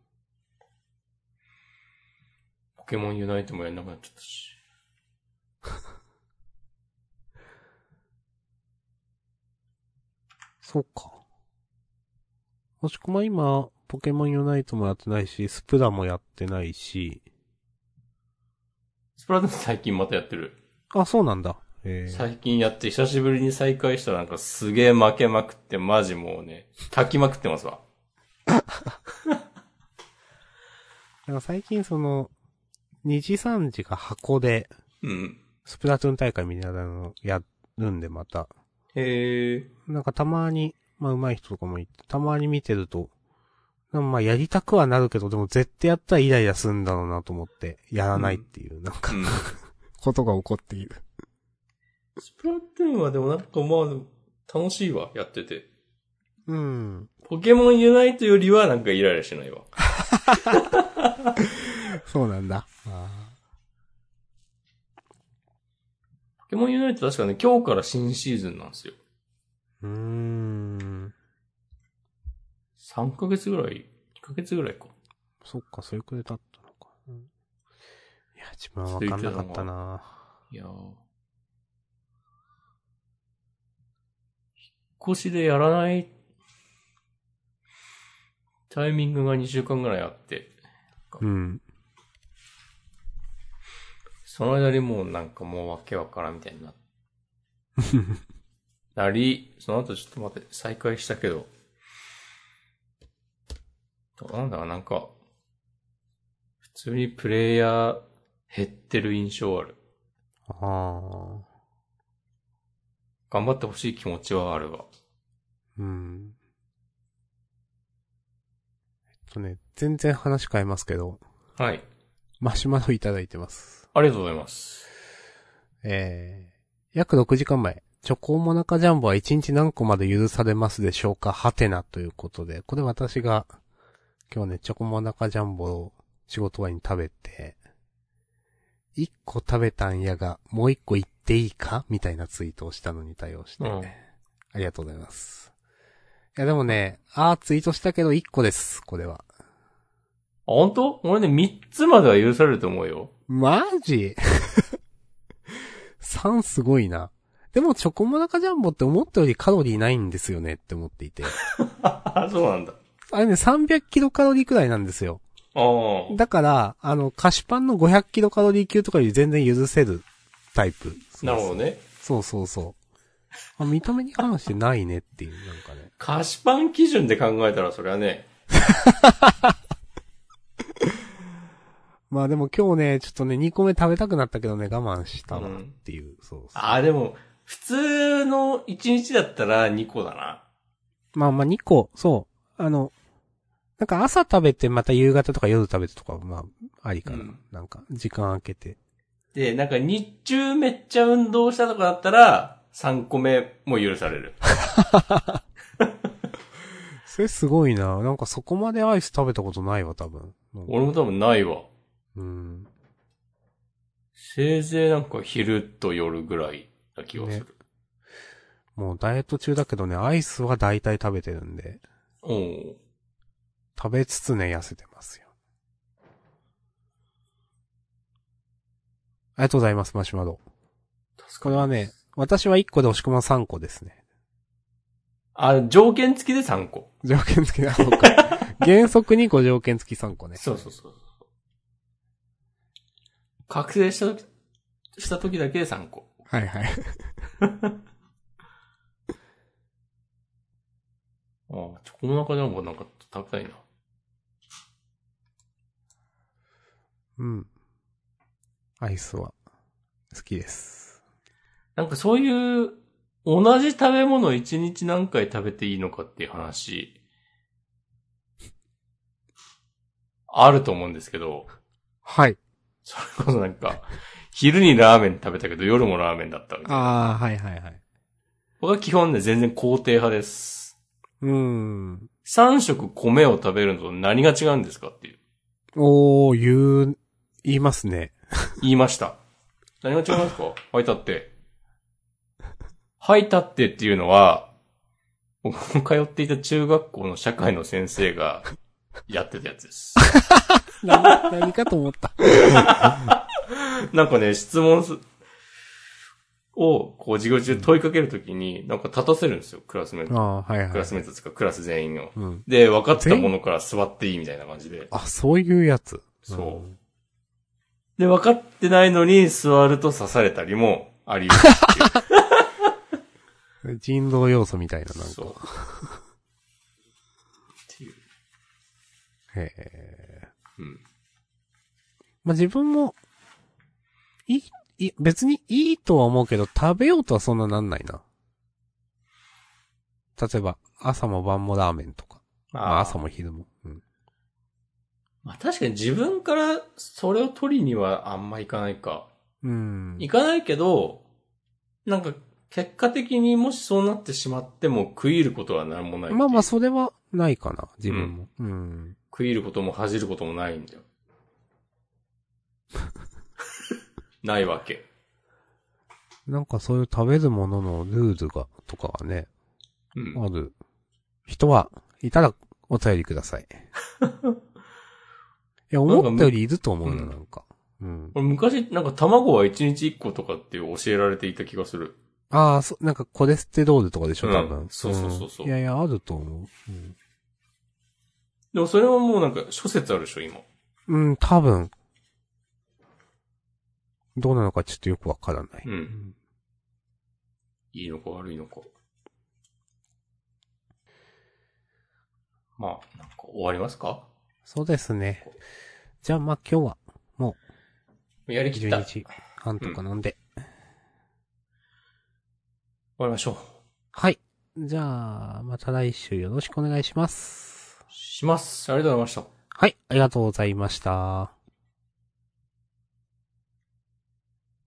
Speaker 2: ポケモンユナイトもやんなくなっちゃったし。
Speaker 1: そうか。もしくは今、ポケモンユナイトもやってないし、スプラもやってないし。
Speaker 2: スプラトゥーン最近またやってる。
Speaker 1: あ、そうなんだ。えー、
Speaker 2: 最近やって久しぶりに再開したらなんかすげえ負けまくってマジもうね、炊きまくってますわ。
Speaker 1: なんか最近その、2時3時が箱で、
Speaker 2: うん。
Speaker 1: スプラトゥーン大会みたいなのやるんでまた。
Speaker 2: へえ。
Speaker 1: なんかたまに、まあ上手い人とかもいて、たまに見てると、なんかまあやりたくはなるけど、でも絶対やったらイライラするんだろうなと思って、やらないっていう、なんか
Speaker 2: う、ん。
Speaker 1: ことが起こっている。
Speaker 2: スプラトゥーンはでもなんかまあ、楽しいわ、やってて。
Speaker 1: うん。
Speaker 2: ポケモンユナイトよりはなんかイライラしないわ。
Speaker 1: そうなんだ。あ
Speaker 2: ポケモンユナイト確かね、今日から新シーズンなんですよ。
Speaker 1: ーうーん。
Speaker 2: 3ヶ月ぐらい、1ヶ月ぐらいか。
Speaker 1: そっか、それくらい経ったのか。うん、いや、自分はわかんなかったない
Speaker 2: やー引っ越しでやらないタイミングが2週間ぐらいあって、
Speaker 1: うん。
Speaker 2: その間にもうなんかもうわけわからんみたいになっなり、その後ちょっと待って、再開したけど、どうなんだろうなんか、普通にプレイヤー減ってる印象ある。
Speaker 1: ああ。
Speaker 2: 頑張ってほしい気持ちはあるわ。
Speaker 1: うん。えっとね、全然話変えますけど、
Speaker 2: はい。
Speaker 1: マシュマロいただいてます。
Speaker 2: ありがとうございます。
Speaker 1: えー、約6時間前。チョコモナカジャンボは1日何個まで許されますでしょうかはてなということで、これ私が、今日ね、チョコモナカジャンボを仕事終わりに食べて、1個食べたんやが、もう1個言っていいかみたいなツイートをしたのに対応して、
Speaker 2: うん
Speaker 1: ありがとうございます。いやでもね、あーツイートしたけど1個です、これは。
Speaker 2: あ、本当？俺ね、三つまでは許されると思うよ。
Speaker 1: マジ ?3 すごいな。でもチョコモナカジャンボって思ったよりカロリーないんですよねって思っていて。
Speaker 2: あ、そうなんだ。
Speaker 1: あれね、300キロカロリーくらいなんですよ。
Speaker 2: ああ。
Speaker 1: だから、あの、菓子パンの500キロカロリー級とかより全然許せるタイプ。
Speaker 2: なるほどね。
Speaker 1: そうそうそう。あ、見た目に関してないねっていう、なんかね。
Speaker 2: 菓子パン基準で考えたらそれはね、
Speaker 1: まあでも今日ね、ちょっとね、2個目食べたくなったけどね、我慢したわっていう、そうそう。
Speaker 2: ああ、でも、普通の1日だったら2個だな。
Speaker 1: まあまあ2個、そう。あの、なんか朝食べてまた夕方とか夜食べてとか、まあ、ありかな。
Speaker 2: うん
Speaker 1: なんか、時間空けて。
Speaker 2: で、なんか日中めっちゃ運動したとかだったら、3個目も許される。
Speaker 1: それすごいな。なんかそこまでアイス食べたことないわ、多分。
Speaker 2: 俺も多分ないわ。
Speaker 1: うん。
Speaker 2: せいぜいなんか昼と夜ぐらいな気がする。
Speaker 1: もうダイエット中だけどね、アイスは大体食べてるんで、
Speaker 2: おう
Speaker 1: 食べつつね、痩せてますよ。ありがとうございます、マシュマロ。これはね、私は1個で押し込まん3個ですね。
Speaker 2: あ、条件付きで3個。
Speaker 1: 条件付きなの か。原則2個条件付き3個ね。
Speaker 2: そうそうそうそう。覚醒した時、した時だけで3個。
Speaker 1: はいはい。
Speaker 2: ああ、チョコモナカジャンボなんか食べたいな。
Speaker 1: うん。アイスは好きです。
Speaker 2: なんかそういう、同じ食べ物を一日何回食べていいのかっていう話、あると思うんですけど、
Speaker 1: はい。
Speaker 2: それこそなんか、昼にラーメン食べたけど夜もラーメンだったみたいな。
Speaker 1: ああ、はいはいはい。
Speaker 2: 僕は基本ね、全然肯定派です。
Speaker 1: うーん。
Speaker 2: 3食米を食べるのと何が違うんですかっていう。
Speaker 1: おー、言う、言いますね。
Speaker 2: 言いました。何が違いますかはいたって。はいたってっていうのは、僕の通っていた中学校の社会の先生がやってたやつ です。
Speaker 1: 何 何かと思った。
Speaker 2: なんかね、質問すを、こう授業中問いかけるときに、なんか立たせるんですよ、クラスメート。
Speaker 1: ああー、はい
Speaker 2: ク
Speaker 1: は
Speaker 2: ラ
Speaker 1: い。
Speaker 2: スメートですか、クラス全員を。
Speaker 1: うん。
Speaker 2: で、分かったものから座っていいみたいな感じで。
Speaker 1: あ、そういうやつ。
Speaker 2: そう。で、分かってないのに座ると刺されたりもあり得るってい
Speaker 1: う
Speaker 2: う。
Speaker 1: ん。人道要素みたいな、 なん
Speaker 2: そう。
Speaker 1: か。
Speaker 2: っていう。
Speaker 1: へえ。
Speaker 2: うん。
Speaker 1: まあ、自分も、いい、いい、別にいいとは思うけど、食べようとはそんななんないな。例えば、朝も晩もラーメンとか。まあ、朝も昼も。うん。
Speaker 2: まあ確かに自分からそれを取りにはあんまいかないか。
Speaker 1: うん。
Speaker 2: いかないけど、なんか結果的にもしそうなってしまっても食い入ることは何もない。
Speaker 1: まあまあ、それはないかな、自分も。うん。
Speaker 2: 食い入ることも恥じることもない んだよ。ないわけ。
Speaker 1: なんかそういう食べるもののルールが、とかがね、
Speaker 2: うん。
Speaker 1: ある人は、いたらお便りくださ い。いや、思ったよりいると思う
Speaker 2: う
Speaker 1: な、
Speaker 2: ん
Speaker 1: なんか。うん。
Speaker 2: 俺昔、なんか卵は1日1個とかって教えられていた気がする。
Speaker 1: ああ、そ、なんかコレステロールとかでしょ、多
Speaker 2: う
Speaker 1: 分
Speaker 2: ん。そうそうそうそうん
Speaker 1: いやいや、あると思う。うん
Speaker 2: でもそれはもうなんか諸説あるでしょ、今。
Speaker 1: うん、多分。どうなのかちょっとよくわからない。
Speaker 2: う。
Speaker 1: うんん
Speaker 2: いいのか悪いのか。まあ、なんか終わりますか
Speaker 1: そうですね。じゃあ、まあ今日は、
Speaker 2: やりきった。
Speaker 1: 12
Speaker 2: 終
Speaker 1: 時半とかなんで。
Speaker 2: わりましょう。
Speaker 1: はい。じゃあ、また来週よろしくお願いします。
Speaker 2: します。ありがとうございました。
Speaker 1: はい、ありがとうございました。